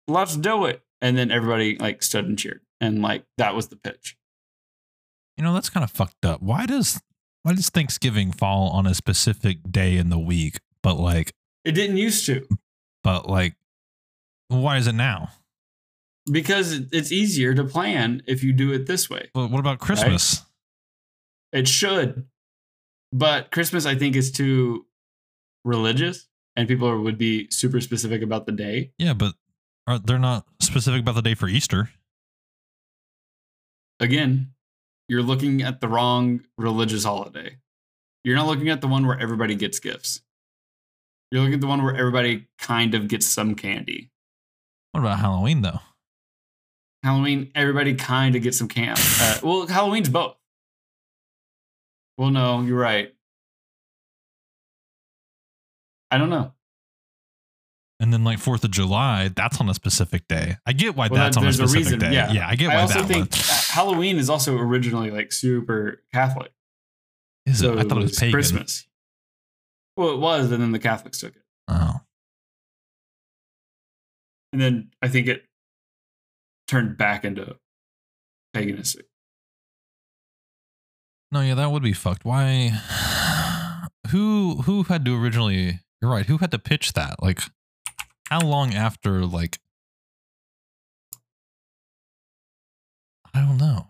Speaker 1: let's do it. And then everybody like stood and cheered, and like that was the pitch.
Speaker 2: You know, that's kind of fucked up. Why does why does Thanksgiving fall on a specific day in the week, but like
Speaker 1: It didn't used to
Speaker 2: but like why is it now?
Speaker 1: because it- it's easier to plan if you do it this way.
Speaker 2: Well, what about Christmas?
Speaker 1: It should. But Christmas, I think, is too religious, and people would be super specific about the day.
Speaker 2: Yeah, but are they're not specific about the day for Easter?
Speaker 1: Again, you're looking at the wrong religious holiday. You're not looking at the one where everybody gets gifts. You're looking at the one where everybody kind of gets some candy.
Speaker 2: What about Halloween though?
Speaker 1: Halloween, everybody kind of gets some candy. Uh, well, Halloween's both. Well, no, you're right. I don't know.
Speaker 2: And then like Fourth of July, that's on a specific day. I get why
Speaker 1: Well, that-
Speaker 2: that's on a
Speaker 1: there's a
Speaker 2: specific
Speaker 1: reason,
Speaker 2: day.
Speaker 1: yeah.
Speaker 2: Yeah. I get why
Speaker 1: I also
Speaker 2: that
Speaker 1: think
Speaker 2: one.
Speaker 1: Halloween is also originally like super Catholic.
Speaker 2: Is it?
Speaker 1: So
Speaker 2: I thought it was pagan.
Speaker 1: Christmas. Well, it was, and then the Catholics took it.
Speaker 2: Oh.
Speaker 1: And then I think it turned back into paganistic.
Speaker 2: No, yeah, that would be fucked. Why? Who who had to originally? You're right. Who had to pitch that? Like, how long after? Like, I don't know.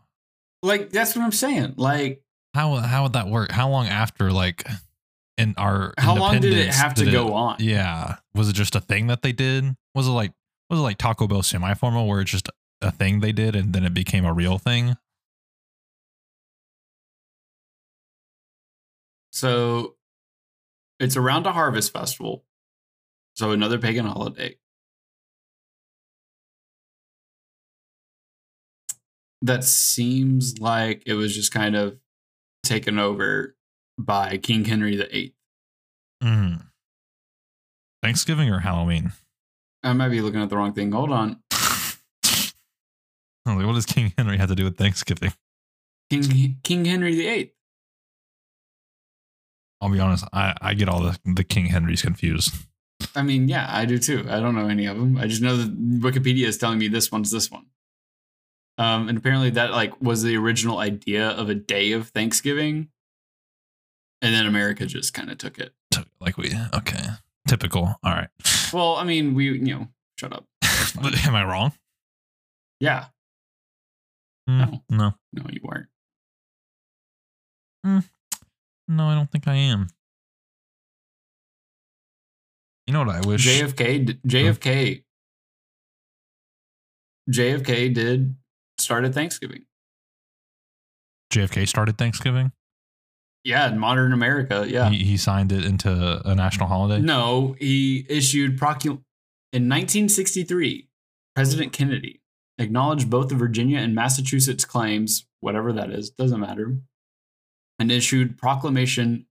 Speaker 1: Like that's what I'm saying. Like
Speaker 2: How how would that work? How long after? Like, in our
Speaker 1: how long did it
Speaker 2: independence
Speaker 1: have to
Speaker 2: did it-
Speaker 1: go on?
Speaker 2: Yeah, was it just a thing that they did? Was it like was it like Taco Bell semi-formal where it's just a thing they did and then it became a real thing?
Speaker 1: So it's around a harvest festival. So another pagan holiday. That seems like it was just kind of taken over by King Henry VIII.
Speaker 2: Mm. Thanksgiving or Halloween?
Speaker 1: I might be looking at the wrong thing. Hold on.
Speaker 2: I'm like, what does King Henry have to do with Thanksgiving?
Speaker 1: King King Henry VIII.
Speaker 2: I'll be honest, I, I get all the, the King Henrys confused.
Speaker 1: I mean, yeah, I do too. I don't know any of them. I just know that Wikipedia is telling me this one's this one. Um, and apparently that like was the original idea of a day of Thanksgiving. And then America just kind of took it.
Speaker 2: So, Like we okay. Typical. All right.
Speaker 1: Well, I mean, we you know, shut up.
Speaker 2: But am I wrong?
Speaker 1: Yeah.
Speaker 2: Mm, no.
Speaker 1: No, you weren't.
Speaker 2: No, I don't think I am. You know what I wish?
Speaker 1: JFK d- JFK. JFK did start at Thanksgiving.
Speaker 2: JFK started Thanksgiving.
Speaker 1: Yeah, in modern America. Yeah.
Speaker 2: He, he signed it into a national holiday.
Speaker 1: No, he issued procul in 1963. President Kennedy acknowledged both the Virginia and Massachusetts claims, whatever that is, doesn't matter, and issued Proclamation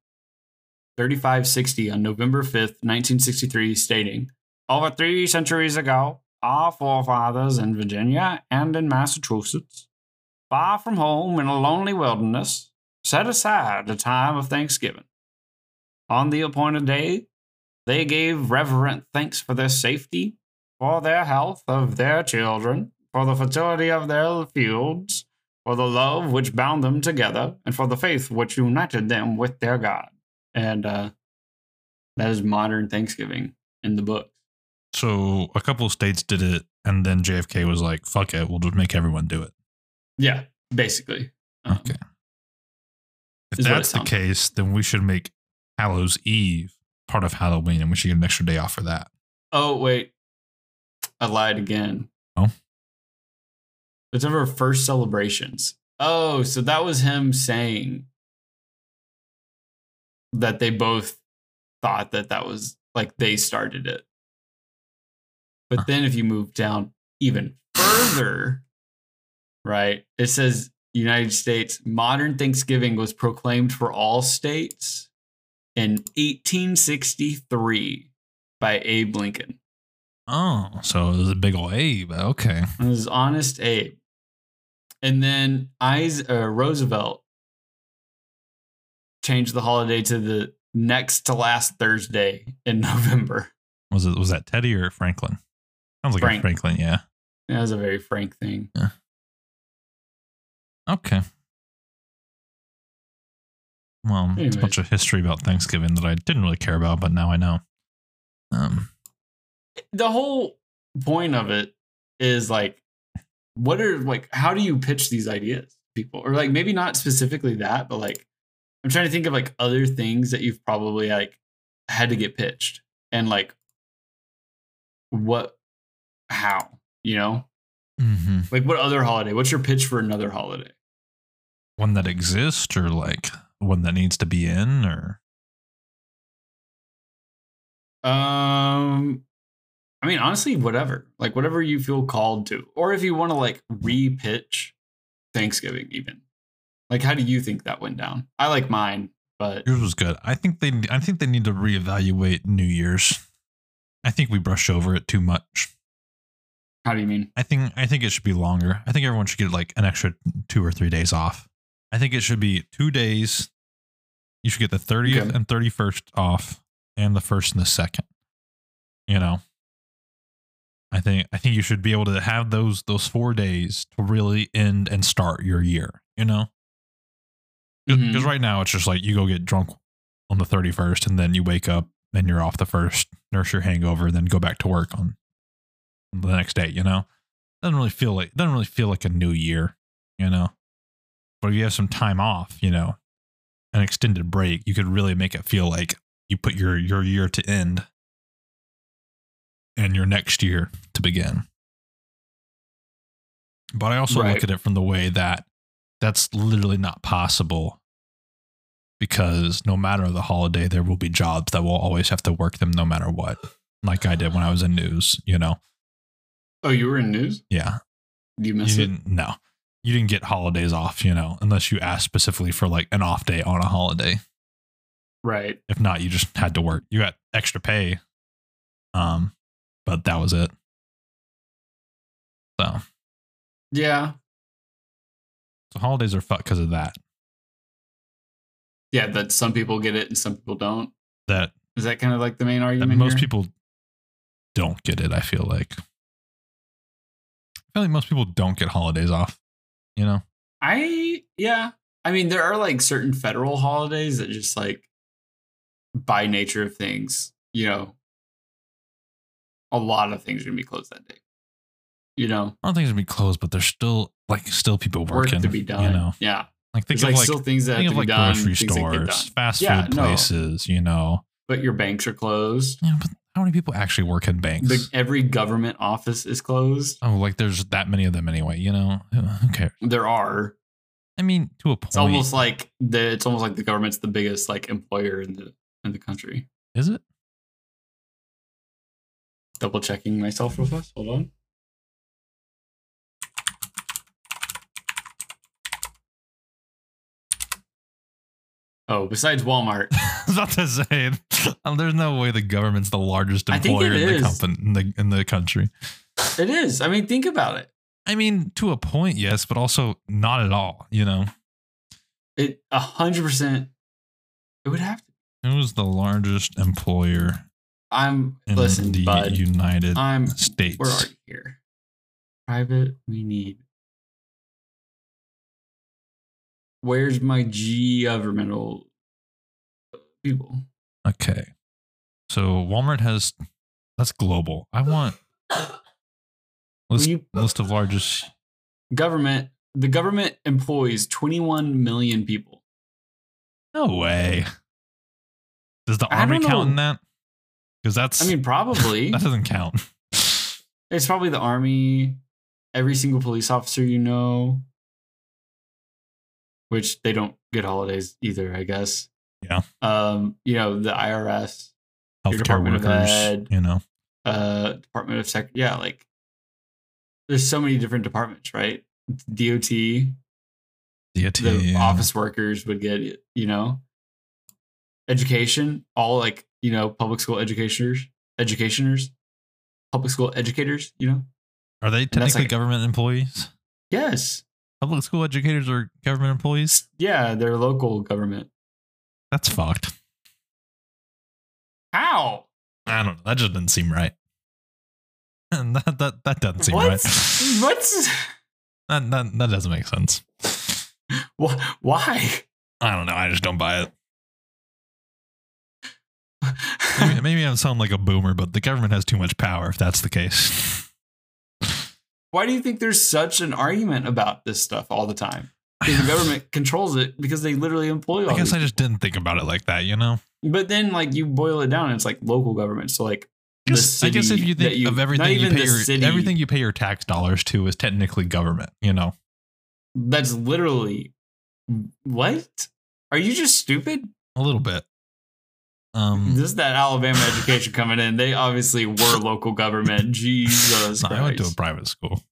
Speaker 1: 3560 on November 5th, 1963, stating, "Over three centuries ago, our forefathers in Virginia and in Massachusetts, far from home in a lonely wilderness, set aside the time of Thanksgiving." On the appointed day, they gave reverent thanks for their safety, for their health of their children, for the fertility of their fields, for the love which bound them together, and for the faith which united them with their God. And uh, that is modern Thanksgiving in the book.
Speaker 2: So a couple of states did it, and then JFK was like, "Fuck it, we'll just make everyone do it."
Speaker 1: Yeah, basically. Um,
Speaker 2: Okay. If
Speaker 1: Is what it
Speaker 2: that's the
Speaker 1: sounds
Speaker 2: case, then we should make Hallows Eve part of Halloween, and we should get an extra day off for that.
Speaker 1: Oh, wait. I lied again.
Speaker 2: Oh.
Speaker 1: It's of our first celebrations. Oh, so that was him saying that they both thought that that was like they started it. But then if you move down even further, right, it says United States modern Thanksgiving was proclaimed for all states in 1863 by Abe Lincoln.
Speaker 2: Oh, so it was a big old A, but okay.
Speaker 1: It was Honest Abe. And then Is- uh, Roosevelt changed the holiday to the next to last Thursday in November.
Speaker 2: Was it was that Teddy or Franklin? Sounds like
Speaker 1: Frank.
Speaker 2: a Franklin, yeah.
Speaker 1: That was a very frank thing.
Speaker 2: Okay. Well, it's a
Speaker 1: Anyways.
Speaker 2: bunch of history about Thanksgiving that I didn't really care about, but now I know. Um,
Speaker 1: The whole point of it is like, what are like, how do you pitch these ideas, to people? Or like, maybe not specifically that, but like, I'm trying to think of like other things that you've probably like had to get pitched and like, what, how, you know?
Speaker 2: mhm.
Speaker 1: Like what other holiday? What's your pitch for another holiday?
Speaker 2: one that exists or like one that needs to be in or
Speaker 1: Um I mean honestly whatever. Like whatever you feel called to or if you want to like re-pitch Thanksgiving even. Like how do you think that went down? I like mine, but
Speaker 2: yours was good i think they i think they need to reevaluate new year's i think we brush over it too much
Speaker 1: how do you mean?
Speaker 2: i think i think it should be longer i think everyone should get like an extra two or three days off i think it should be two days you should get the 30th
Speaker 1: Okay.
Speaker 2: and 31st off and the first and the second you know I think I think you should be able to have those those four days to really end and start your year. You know, because
Speaker 1: Mhm.
Speaker 2: right now it's just like you go get drunk on the thirty first, and then you wake up and you're off the first, nurse your hangover, and then go back to work on the next day. You know, doesn't really feel like doesn't really feel like a new year. You know, but if you have some time off, you know, an extended break, you could really make it feel like you put your your year to end and your next year to begin. But I also
Speaker 1: Right.
Speaker 2: look at it from the way that that's literally not possible because no matter the holiday, there will be jobs that will always have to work them no matter what. Like I did when I was in news, you know?
Speaker 1: Oh, you were in news?
Speaker 2: Yeah.
Speaker 1: You
Speaker 2: You
Speaker 1: missed it.
Speaker 2: didn't, no, you didn't get holidays off, you know, unless you asked specifically for like an off day on a holiday.
Speaker 1: Right.
Speaker 2: If not, you just had to work. You got extra pay. Um, but that was it. So,
Speaker 1: Yeah.
Speaker 2: so holidays are fucked because of that.
Speaker 1: Yeah, that some people get it and some people don't.
Speaker 2: That
Speaker 1: Is that kind of like the main
Speaker 2: that
Speaker 1: argument?
Speaker 2: most
Speaker 1: here?
Speaker 2: people don't get it. I feel like I feel like most people don't get holidays off. You know,
Speaker 1: I yeah. I mean, there are like certain federal holidays that just like by nature of things, you know, a lot of things are gonna be closed that day. You know,
Speaker 2: I don't think it's gonna be closed, but there's still like still people
Speaker 1: work
Speaker 2: working
Speaker 1: to be done.
Speaker 2: You know,
Speaker 1: Yeah,
Speaker 2: like think
Speaker 1: there's
Speaker 2: of
Speaker 1: like,
Speaker 2: like,
Speaker 1: still things that have
Speaker 2: think
Speaker 1: to
Speaker 2: of
Speaker 1: be
Speaker 2: like
Speaker 1: done,
Speaker 2: grocery
Speaker 1: things that get done.
Speaker 2: stores, fast
Speaker 1: Yeah,
Speaker 2: food
Speaker 1: no.
Speaker 2: places. You know,
Speaker 1: But your banks are closed.
Speaker 2: you know, but how many people actually work in banks?
Speaker 1: The, every government office is closed.
Speaker 2: oh, like there's that many of them anyway. You know, who cares?
Speaker 1: There are.
Speaker 2: I mean, to a point.
Speaker 1: It's almost like the it's almost like the government's the biggest like employer in the in the country.
Speaker 2: is it?
Speaker 1: Double checking myself real fast. Hold on. Oh, besides Walmart,
Speaker 2: I was about to say, um, there's no way the government's the largest
Speaker 1: I think
Speaker 2: employer
Speaker 1: it
Speaker 2: in the,
Speaker 1: is.
Speaker 2: company, in, the, in the country.
Speaker 1: it is. I mean, think about it.
Speaker 2: I mean, to a point, yes, but also not at all. You know,
Speaker 1: It a hundred percent. It would have to.
Speaker 2: it was the largest employer
Speaker 1: I'm
Speaker 2: in
Speaker 1: listen,
Speaker 2: the
Speaker 1: bud. um,
Speaker 2: United
Speaker 1: I'm.
Speaker 2: States.
Speaker 1: We're already here. Private. We need. Where's my governmental people?
Speaker 2: Okay, so Walmart has that's global. I want list
Speaker 1: you-
Speaker 2: list of largest.
Speaker 1: government the government employs 21 million people
Speaker 2: No way. Does the
Speaker 1: I
Speaker 2: army
Speaker 1: don't know.
Speaker 2: count in that? Because that's
Speaker 1: i mean probably
Speaker 2: that doesn't count.
Speaker 1: it's probably the army every single police officer you know which they don't get holidays either i guess
Speaker 2: Yeah.
Speaker 1: um you know the irs
Speaker 2: Healthcare
Speaker 1: Department of
Speaker 2: workers,
Speaker 1: Ed.
Speaker 2: you know.
Speaker 1: uh department of sec yeah like there's so many different departments right dot
Speaker 2: DOT,
Speaker 1: the
Speaker 2: yeah.
Speaker 1: office workers would get you know education all like you know public school educationers educationers public school educators you know
Speaker 2: Are they
Speaker 1: that's
Speaker 2: technically
Speaker 1: like-
Speaker 2: government employees?
Speaker 1: yes
Speaker 2: Public school educators are government employees?
Speaker 1: yeah their local government
Speaker 2: That's fucked.
Speaker 1: how
Speaker 2: I don't know. That just didn't seem right. And that, that, that doesn't seem
Speaker 1: What?
Speaker 2: right.
Speaker 1: what's
Speaker 2: That, that, that doesn't make sense.
Speaker 1: wh- why
Speaker 2: I don't know. I just don't buy it. Maybe, maybe I'm sounding like a boomer, but the government has too much power if that's the case.
Speaker 1: why do you think there's such an argument about this stuff all the time because the government controls it because they literally employ all
Speaker 2: I guess
Speaker 1: these
Speaker 2: I just didn't think about it like that, you know?
Speaker 1: But then, like you boil it down, it's like local government. So like,
Speaker 2: I
Speaker 1: The
Speaker 2: guess, I guess if
Speaker 1: city
Speaker 2: you
Speaker 1: that
Speaker 2: think
Speaker 1: you-
Speaker 2: of
Speaker 1: not
Speaker 2: everything you
Speaker 1: even
Speaker 2: pay
Speaker 1: the
Speaker 2: your
Speaker 1: city.
Speaker 2: everything you pay your tax dollars to is technically government, you know.
Speaker 1: that's literally what? Are you just stupid?
Speaker 2: A little bit. Um
Speaker 1: This is that Alabama education coming in. They obviously were local government. Jesus
Speaker 2: No,
Speaker 1: Christ.
Speaker 2: I went to a private school,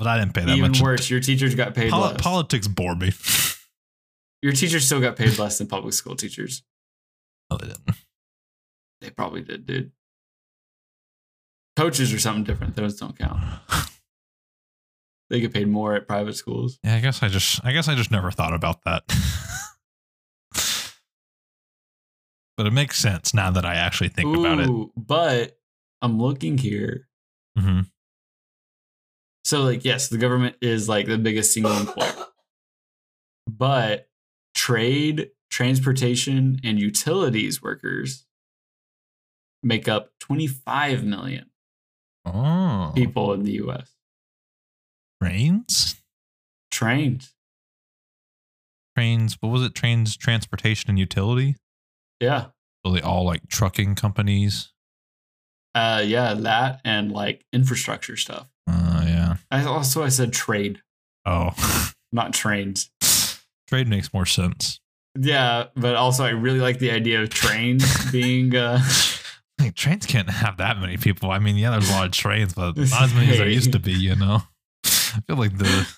Speaker 2: but I didn't pay that
Speaker 1: Even
Speaker 2: much.
Speaker 1: worse, your teachers got paid
Speaker 2: Poli-
Speaker 1: less.
Speaker 2: politics bored me.
Speaker 1: your teachers still got paid less than public school teachers.
Speaker 2: no, they didn't.
Speaker 1: They probably did, dude. Coaches are something different. Those don't count. They get paid more at private schools.
Speaker 2: Yeah, I guess I just, I guess I just never thought about that. but it makes sense now that I actually think about it.
Speaker 1: Ooh, But I'm looking here.
Speaker 2: Mm-hmm.
Speaker 1: So like yes, the government is like the biggest single employer. But trade, transportation and utilities workers make up 25 million
Speaker 2: Oh,
Speaker 1: people in the US.
Speaker 2: trains,
Speaker 1: Trained.
Speaker 2: trains. What was it? Trains, transportation, and utility.
Speaker 1: Yeah.
Speaker 2: So they all like trucking companies.
Speaker 1: Uh yeah, that and like infrastructure stuff.
Speaker 2: Uh, yeah.
Speaker 1: I also I said trade,
Speaker 2: Oh,
Speaker 1: not trains.
Speaker 2: trade makes more sense.
Speaker 1: Yeah, but also I really like the idea of trains being uh
Speaker 2: Like, trains can't have that many people. I mean, yeah, there's a lot of trains, but not as many as there used to be. You know, I feel like the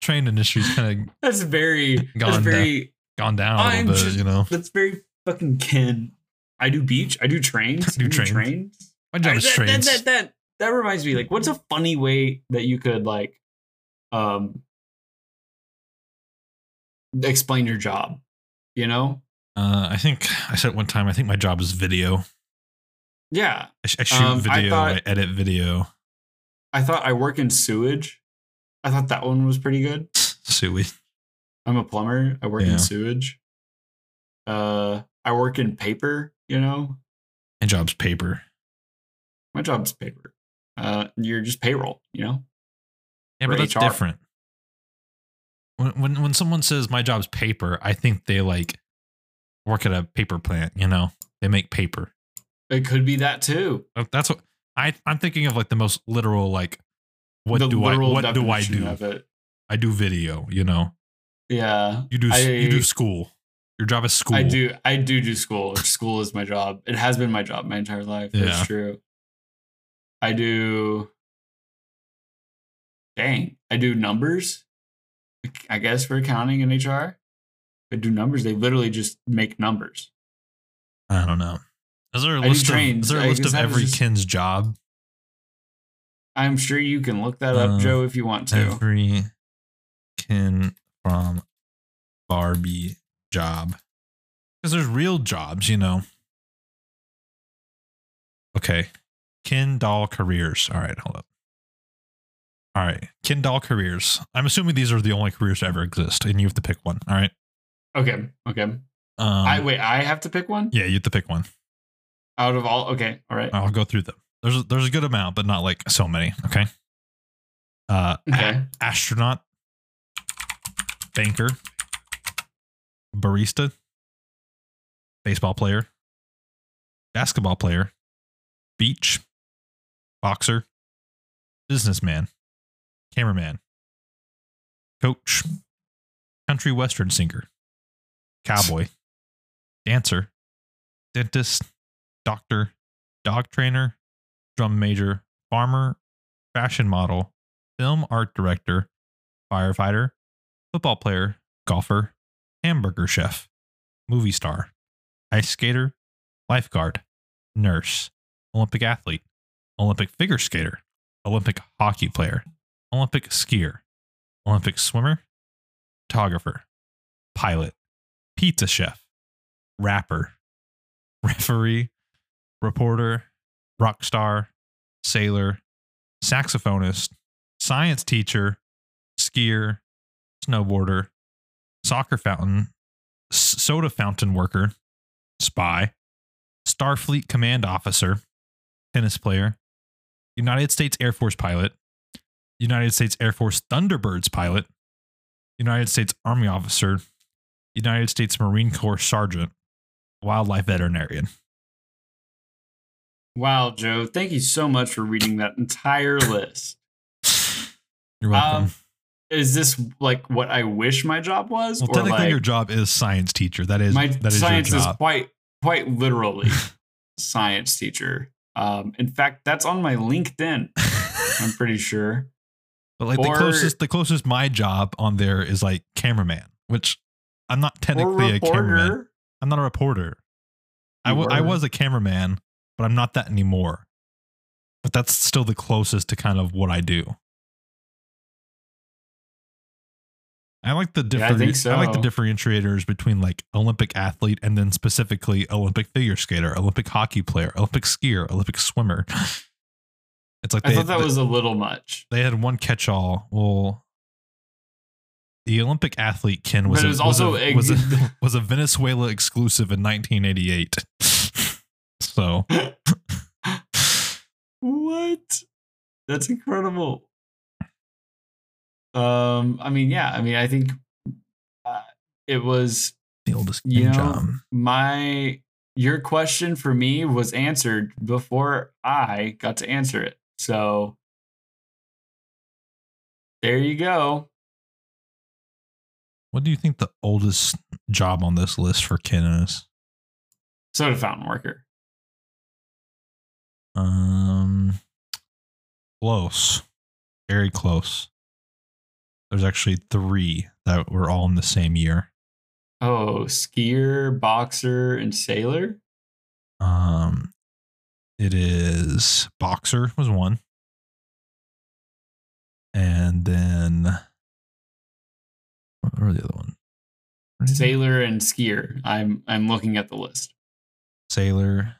Speaker 2: train industry's kind of
Speaker 1: that's very that's
Speaker 2: Gone
Speaker 1: very
Speaker 2: gone down a little
Speaker 1: I'm
Speaker 2: bit.
Speaker 1: just-
Speaker 2: you know,
Speaker 1: that's very fucking kin. I do beach, I do trains,
Speaker 2: I do trains. my job
Speaker 1: I-
Speaker 2: is
Speaker 1: that, that,
Speaker 2: trains.
Speaker 1: that that that reminds me, like, what's a funny way that you could like um explain your job? You know?
Speaker 2: Uh, I think I said one time. I think my job is video.
Speaker 1: Yeah.
Speaker 2: I, sh- I shoot
Speaker 1: Um, I
Speaker 2: video. I,
Speaker 1: thought-
Speaker 2: edit video.
Speaker 1: I thought I work in sewage. I thought that one was pretty good.
Speaker 2: Suey.
Speaker 1: I'm a plumber. I work
Speaker 2: Yeah.
Speaker 1: in sewage. Uh I work in paper, you know.
Speaker 2: My job's paper.
Speaker 1: My job's paper. Uh you're just payroll, you know?
Speaker 2: Yeah,
Speaker 1: Or
Speaker 2: but that's
Speaker 1: HR.
Speaker 2: different. When, when when someone says my job's paper, I think they like work at a paper plant. You know, they make paper.
Speaker 1: It could be that too.
Speaker 2: That- That's what I I'm thinking of like the most literal like what
Speaker 1: The
Speaker 2: do I
Speaker 1: literal
Speaker 2: what do I
Speaker 1: definition
Speaker 2: do?
Speaker 1: Of it.
Speaker 2: I do video. You know,
Speaker 1: Yeah.
Speaker 2: you do s you
Speaker 1: I-
Speaker 2: do school. Your job is school.
Speaker 1: I do. I do do school. School is my job. It has been my job my entire life.
Speaker 2: Yeah.
Speaker 1: That's true. I do. Dang, I do numbers. I guess for accounting and HR, I do numbers. They literally just make numbers.
Speaker 2: I don't know. Is there a
Speaker 1: I do
Speaker 2: list of
Speaker 1: trains.
Speaker 2: is there a
Speaker 1: I
Speaker 2: list
Speaker 1: guess
Speaker 2: of
Speaker 1: that was
Speaker 2: every
Speaker 1: just-
Speaker 2: kin's job?
Speaker 1: I'm sure you can look that up,
Speaker 2: Uh,
Speaker 1: Joe, if you want to.
Speaker 2: Every kin from Barbie job. Because there's real jobs, you know. Okay. Kin doll careers. All right, hold up. All right. Kin doll careers. I'm assuming these are the only careers to ever exist, and you have to pick one. All right.
Speaker 1: okay. Okay.
Speaker 2: Um,
Speaker 1: I wait. I have to pick one
Speaker 2: Yeah, Uh, you have to pick one.
Speaker 1: out of all. Okay. All right.
Speaker 2: I'll go through them. There's there's a good amount, but not like so many. Okay. Uh,
Speaker 1: Okay.
Speaker 2: astronaut, banker, barista, baseball player, basketball player, beach, boxer, businessman, cameraman, coach, country western singer, cowboy, dancer, dentist, doctor, dog trainer, drum major, farmer, fashion model, film art director, firefighter, football player, golfer, hamburger chef, movie star, ice skater, lifeguard, nurse, Olympic athlete, Olympic figure skater, Olympic hockey player, Olympic skier, Olympic swimmer, photographer, pilot, pizza chef, rapper, referee, reporter, rock star, sailor, saxophonist, science teacher, skier, snowboarder, soccer fountain, s- soda fountain worker, spy, Starfleet command officer, tennis player, United States Air Force pilot, United States Air Force Thunderbirds pilot, United States Army officer, United States Marine Corps sergeant, wildlife veterinarian.
Speaker 1: Wow, Joe. Thank you so much for reading that entire list.
Speaker 2: You're welcome.
Speaker 1: Um, is this like what I wish my job was?
Speaker 2: well,
Speaker 1: or
Speaker 2: technically,
Speaker 1: like,
Speaker 2: your job is science teacher. That is
Speaker 1: my
Speaker 2: that is your
Speaker 1: science is
Speaker 2: job.
Speaker 1: quite quite literally science teacher. Um, in fact, that's on my LinkedIn. I'm pretty sure.
Speaker 2: But like the
Speaker 1: Or-
Speaker 2: closest the closest my job on there is like cameraman, which I'm not
Speaker 1: Or
Speaker 2: technically a cameraman.
Speaker 1: reporter.
Speaker 2: I'm not a reporter. I
Speaker 1: You
Speaker 2: wa- I
Speaker 1: were.
Speaker 2: was a cameraman, but I'm not that anymore. But that's still the closest to kind of what I do. I like the
Speaker 1: Yeah, I
Speaker 2: different.
Speaker 1: think
Speaker 2: I like the
Speaker 1: so.
Speaker 2: differentiators between like Olympic athlete and then specifically Olympic figure skater, Olympic hockey player, Olympic skier, Olympic swimmer. It's like
Speaker 1: I
Speaker 2: they,
Speaker 1: thought that
Speaker 2: they-
Speaker 1: was a little much.
Speaker 2: they had one catch-all. Well, the Olympic athlete Ken was
Speaker 1: But it
Speaker 2: a-
Speaker 1: was also
Speaker 2: was a,
Speaker 1: a-
Speaker 2: was, a, was a Venezuela exclusive in 1988. so
Speaker 1: What? That's incredible. Um, I mean, yeah, I mean, I think uh, it was
Speaker 2: the oldest
Speaker 1: You
Speaker 2: game
Speaker 1: know-
Speaker 2: job.
Speaker 1: my your question for me was answered before I got to answer it. So there you go.
Speaker 2: What do you think the oldest job on this list for Ken is?
Speaker 1: Soda fountain worker.
Speaker 2: Um, close, very close. There's actually three that were all in the same year.
Speaker 1: Oh, skier, boxer, and sailor.
Speaker 2: Um, it is boxer was one, and then what were the other one? What is it?
Speaker 1: Sailor and skier. I'm I'm looking at the list.
Speaker 2: Sailor,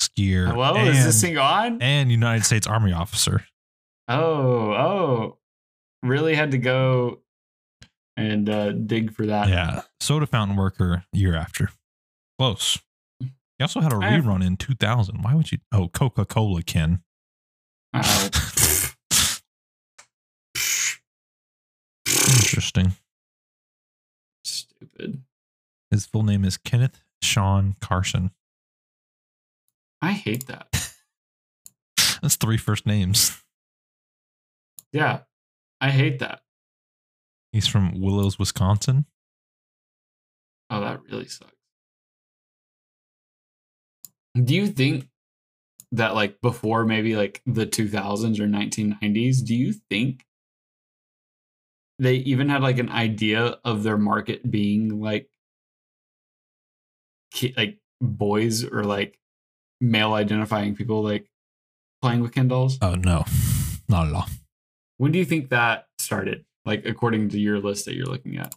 Speaker 2: skier.
Speaker 1: Hello,
Speaker 2: and,
Speaker 1: is this thing on?
Speaker 2: and United States Army officer.
Speaker 1: Oh, oh. Really had to go and uh, dig for that.
Speaker 2: Yeah, soda fountain worker. Year after, close. He also had a
Speaker 1: I have-
Speaker 2: rerun in 2000. Why would you? Oh, Coca Cola, Ken.
Speaker 1: Uh,
Speaker 2: Interesting.
Speaker 1: stupid.
Speaker 2: His full name is Kenneth Sean Carson.
Speaker 1: I hate that.
Speaker 2: That's three first names.
Speaker 1: Yeah. I hate that.
Speaker 2: He's from Willows, Wisconsin.
Speaker 1: Oh, that really sucks. Do you think that like before maybe like the 2000s or 1990s, do you think they even had like an idea of their market being like ki- like boys or like male identifying people like playing with Ken dolls?
Speaker 2: Oh no, not at all.
Speaker 1: When do you think that started? Like according to your list that you're looking at?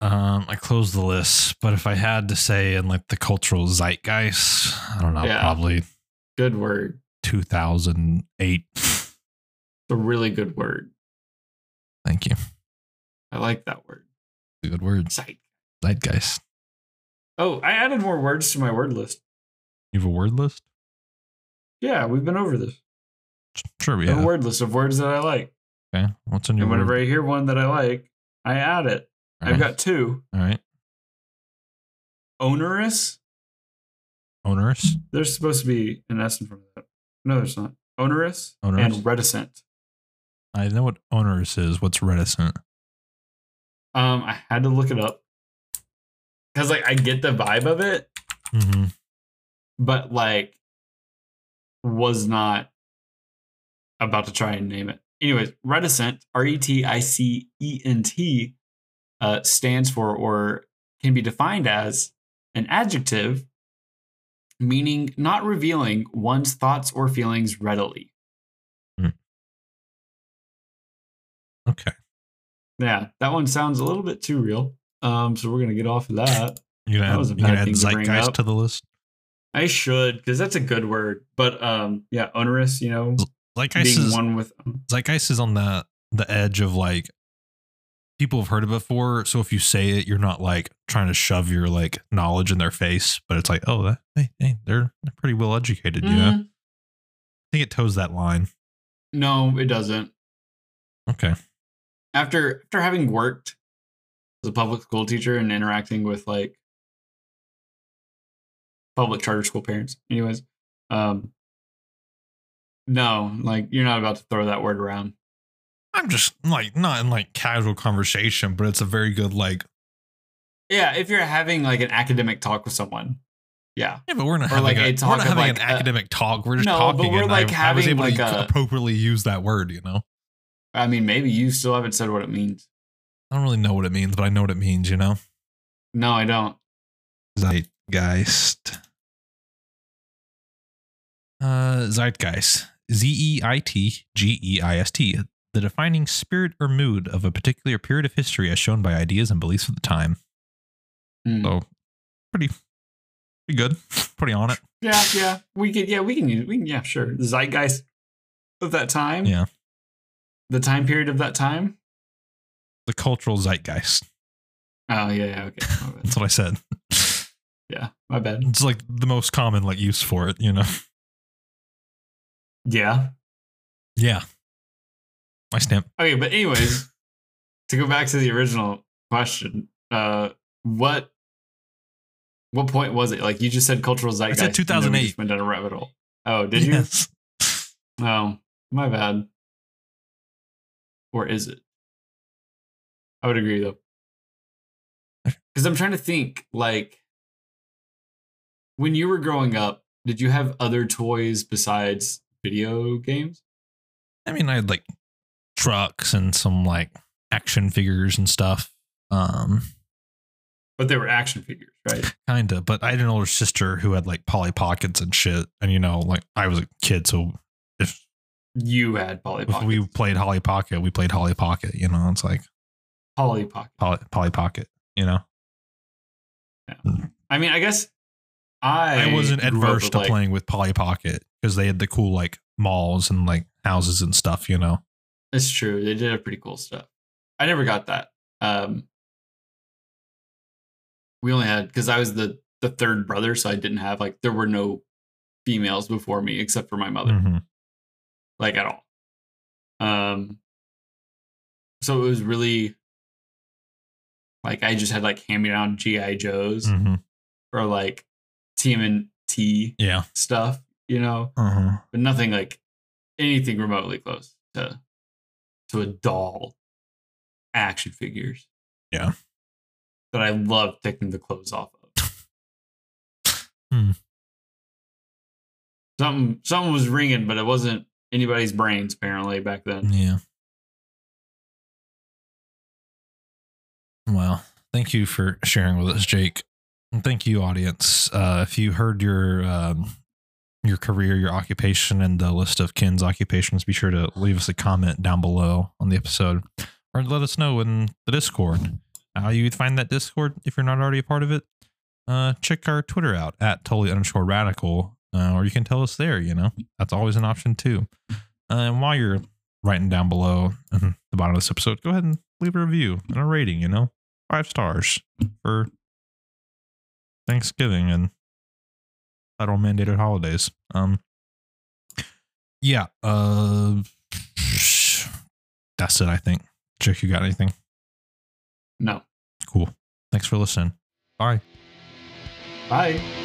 Speaker 2: Um, I closed the list, but if I had to say in like the cultural zeitgeist, I don't know,
Speaker 1: Yeah.
Speaker 2: probably
Speaker 1: Good word.
Speaker 2: 2008.
Speaker 1: It's a really good word.
Speaker 2: Thank you.
Speaker 1: I like that word.
Speaker 2: Good words,
Speaker 1: Psych.
Speaker 2: zeitgeist.
Speaker 1: Oh, I added more words to my word list.
Speaker 2: You have a word list?
Speaker 1: Yeah, we've been over this.
Speaker 2: Sure, we
Speaker 1: I have A
Speaker 2: have.
Speaker 1: word list of words that I like.
Speaker 2: Okay, what's in your
Speaker 1: and whenever
Speaker 2: word?
Speaker 1: I hear one that I like, I add it.
Speaker 2: All
Speaker 1: I've
Speaker 2: right.
Speaker 1: got two.
Speaker 2: all right.
Speaker 1: Onerous.
Speaker 2: Onerous.
Speaker 1: There's supposed to be an S in front of that. No, there's not. Onerous,
Speaker 2: Onerous.
Speaker 1: and reticent.
Speaker 2: I know what onerous is. What's reticent?
Speaker 1: Um, I had to look it up because like I get the vibe of it,
Speaker 2: Mm-hmm.
Speaker 1: but like was not about to try and name it. Anyways, reticent, R E T I C E N T, uh, stands for or can be defined as an adjective meaning not revealing one's thoughts or feelings readily.
Speaker 2: Okay.
Speaker 1: Yeah, that one sounds a little bit too real. Um, so we're gonna get off of that.
Speaker 2: You're
Speaker 1: That
Speaker 2: gonna
Speaker 1: was a
Speaker 2: add, you gonna
Speaker 1: bad
Speaker 2: add
Speaker 1: thing to bring
Speaker 2: zeitgeist
Speaker 1: up.
Speaker 2: to the list.
Speaker 1: I should, because that's a good word. But um, yeah, onerous, you know,
Speaker 2: Zeitgeist
Speaker 1: being
Speaker 2: is
Speaker 1: one with
Speaker 2: zeitgeist is on the the edge of like people have heard it before so if you say it you're not like trying to shove your like knowledge in their face but it's like oh that, hey, hey they're, they're pretty well educated you know i
Speaker 1: Mhm.
Speaker 2: think it toes that line
Speaker 1: No, it doesn't.
Speaker 2: okay
Speaker 1: after after having worked as a public school teacher and interacting with like public charter school parents anyways um no like you're not about to throw that word around
Speaker 2: i'm just like not in like casual conversation but it's a very good like
Speaker 1: yeah if you're having like an academic talk with someone yeah
Speaker 2: yeah but we're not
Speaker 1: Or
Speaker 2: having,
Speaker 1: like
Speaker 2: a,
Speaker 1: a
Speaker 2: we're
Speaker 1: talk
Speaker 2: not
Speaker 1: of,
Speaker 2: having
Speaker 1: like,
Speaker 2: an
Speaker 1: a-
Speaker 2: academic talk we're just
Speaker 1: No, but
Speaker 2: talking
Speaker 1: we're,
Speaker 2: and
Speaker 1: like,
Speaker 2: I, I was
Speaker 1: having,
Speaker 2: able
Speaker 1: like, uh,
Speaker 2: to
Speaker 1: a-
Speaker 2: appropriately use that word you know
Speaker 1: i mean maybe you still haven't said what it means
Speaker 2: i don't really know what it means but i know what it means you know
Speaker 1: no i don't
Speaker 2: Zeitgeist. Uh, Zeitgeist. Z E I T G E I S T. The defining spirit or mood of a particular period of history as shown by ideas and beliefs of the time.
Speaker 1: Hmm.
Speaker 2: So, pretty, pretty good. pretty on it.
Speaker 1: Yeah, yeah. We could yeah, we can use we can yeah, sure. The zeitgeist of that time.
Speaker 2: Yeah.
Speaker 1: The time period of that time.
Speaker 2: The cultural zeitgeist.
Speaker 1: Oh yeah, yeah, okay. My bad.
Speaker 2: That's what I said.
Speaker 1: yeah, my bad.
Speaker 2: It's like the most common like use for it, you know.
Speaker 1: Yeah.
Speaker 2: Yeah. My stamp.
Speaker 1: Okay, but anyways, to go back to the original question, uh what what point was it? Like you just said cultural zeitgeist. and then we
Speaker 2: 2008.
Speaker 1: just Went down a rabbit hole. Oh, did you?
Speaker 2: Yes.
Speaker 1: Oh, my bad. Or is it? I would agree though. Because I'm trying to think, like, when you were growing up, did you have other toys besides video games?
Speaker 2: I mean, I had like trucks and some like action figures and stuff. Um,
Speaker 1: But they were action figures, right?
Speaker 2: kinda. But I had an older sister who had like Polly Pockets and shit. And you know, like I was a kid, so if,
Speaker 1: You had Polly
Speaker 2: if
Speaker 1: Pocket.
Speaker 2: we played Holly Pocket, we played Holly Pocket. You know, it's like
Speaker 1: Polly Pocket.
Speaker 2: Polly, Polly Pocket. You know,
Speaker 1: I mean, I guess I
Speaker 2: I wasn't
Speaker 1: grew up
Speaker 2: adverse
Speaker 1: with,
Speaker 2: to
Speaker 1: like-
Speaker 2: playing with Polly Pocket because they had the cool like malls and like houses and stuff. You know,
Speaker 1: It's true. They did have pretty cool stuff. I never got that. Um, we only had because I was the the third brother, so I didn't have like there were no females before me except for my mother,
Speaker 2: Mhm.
Speaker 1: like at all. Um, so it was really like I just had like hand me down GI Joes
Speaker 2: Mhm.
Speaker 1: or like TMNT
Speaker 2: yeah.
Speaker 1: stuff, you know,
Speaker 2: Uh-huh.
Speaker 1: but nothing like anything remotely close to to a doll action figures.
Speaker 2: Yeah.
Speaker 1: That I love taking the clothes off of.
Speaker 2: Hmm.
Speaker 1: Something something was ringing, but it wasn't anybody's brains apparently back then.
Speaker 2: Yeah. Well, thank you for sharing with us, Jake. And thank you, audience. Uh, if you heard your um, your career, your occupation, and the list of Ken's occupations, be sure to leave us a comment down below on the episode, or let us know in the Discord. How you would find that Discord if you're not already a part of it? Uh, check our Twitter out at totally underscore radical, uh, or you can tell us there. You know that's always an option too. Uh, and while you're writing down below at the bottom of this episode, go ahead and leave a review and a rating, you know, five stars for Thanksgiving and federal mandated holidays. Um, yeah, uh, that's it, I think. Jake, you got anything?
Speaker 1: No.
Speaker 2: Cool. Thanks for listening. Bye.
Speaker 1: Bye.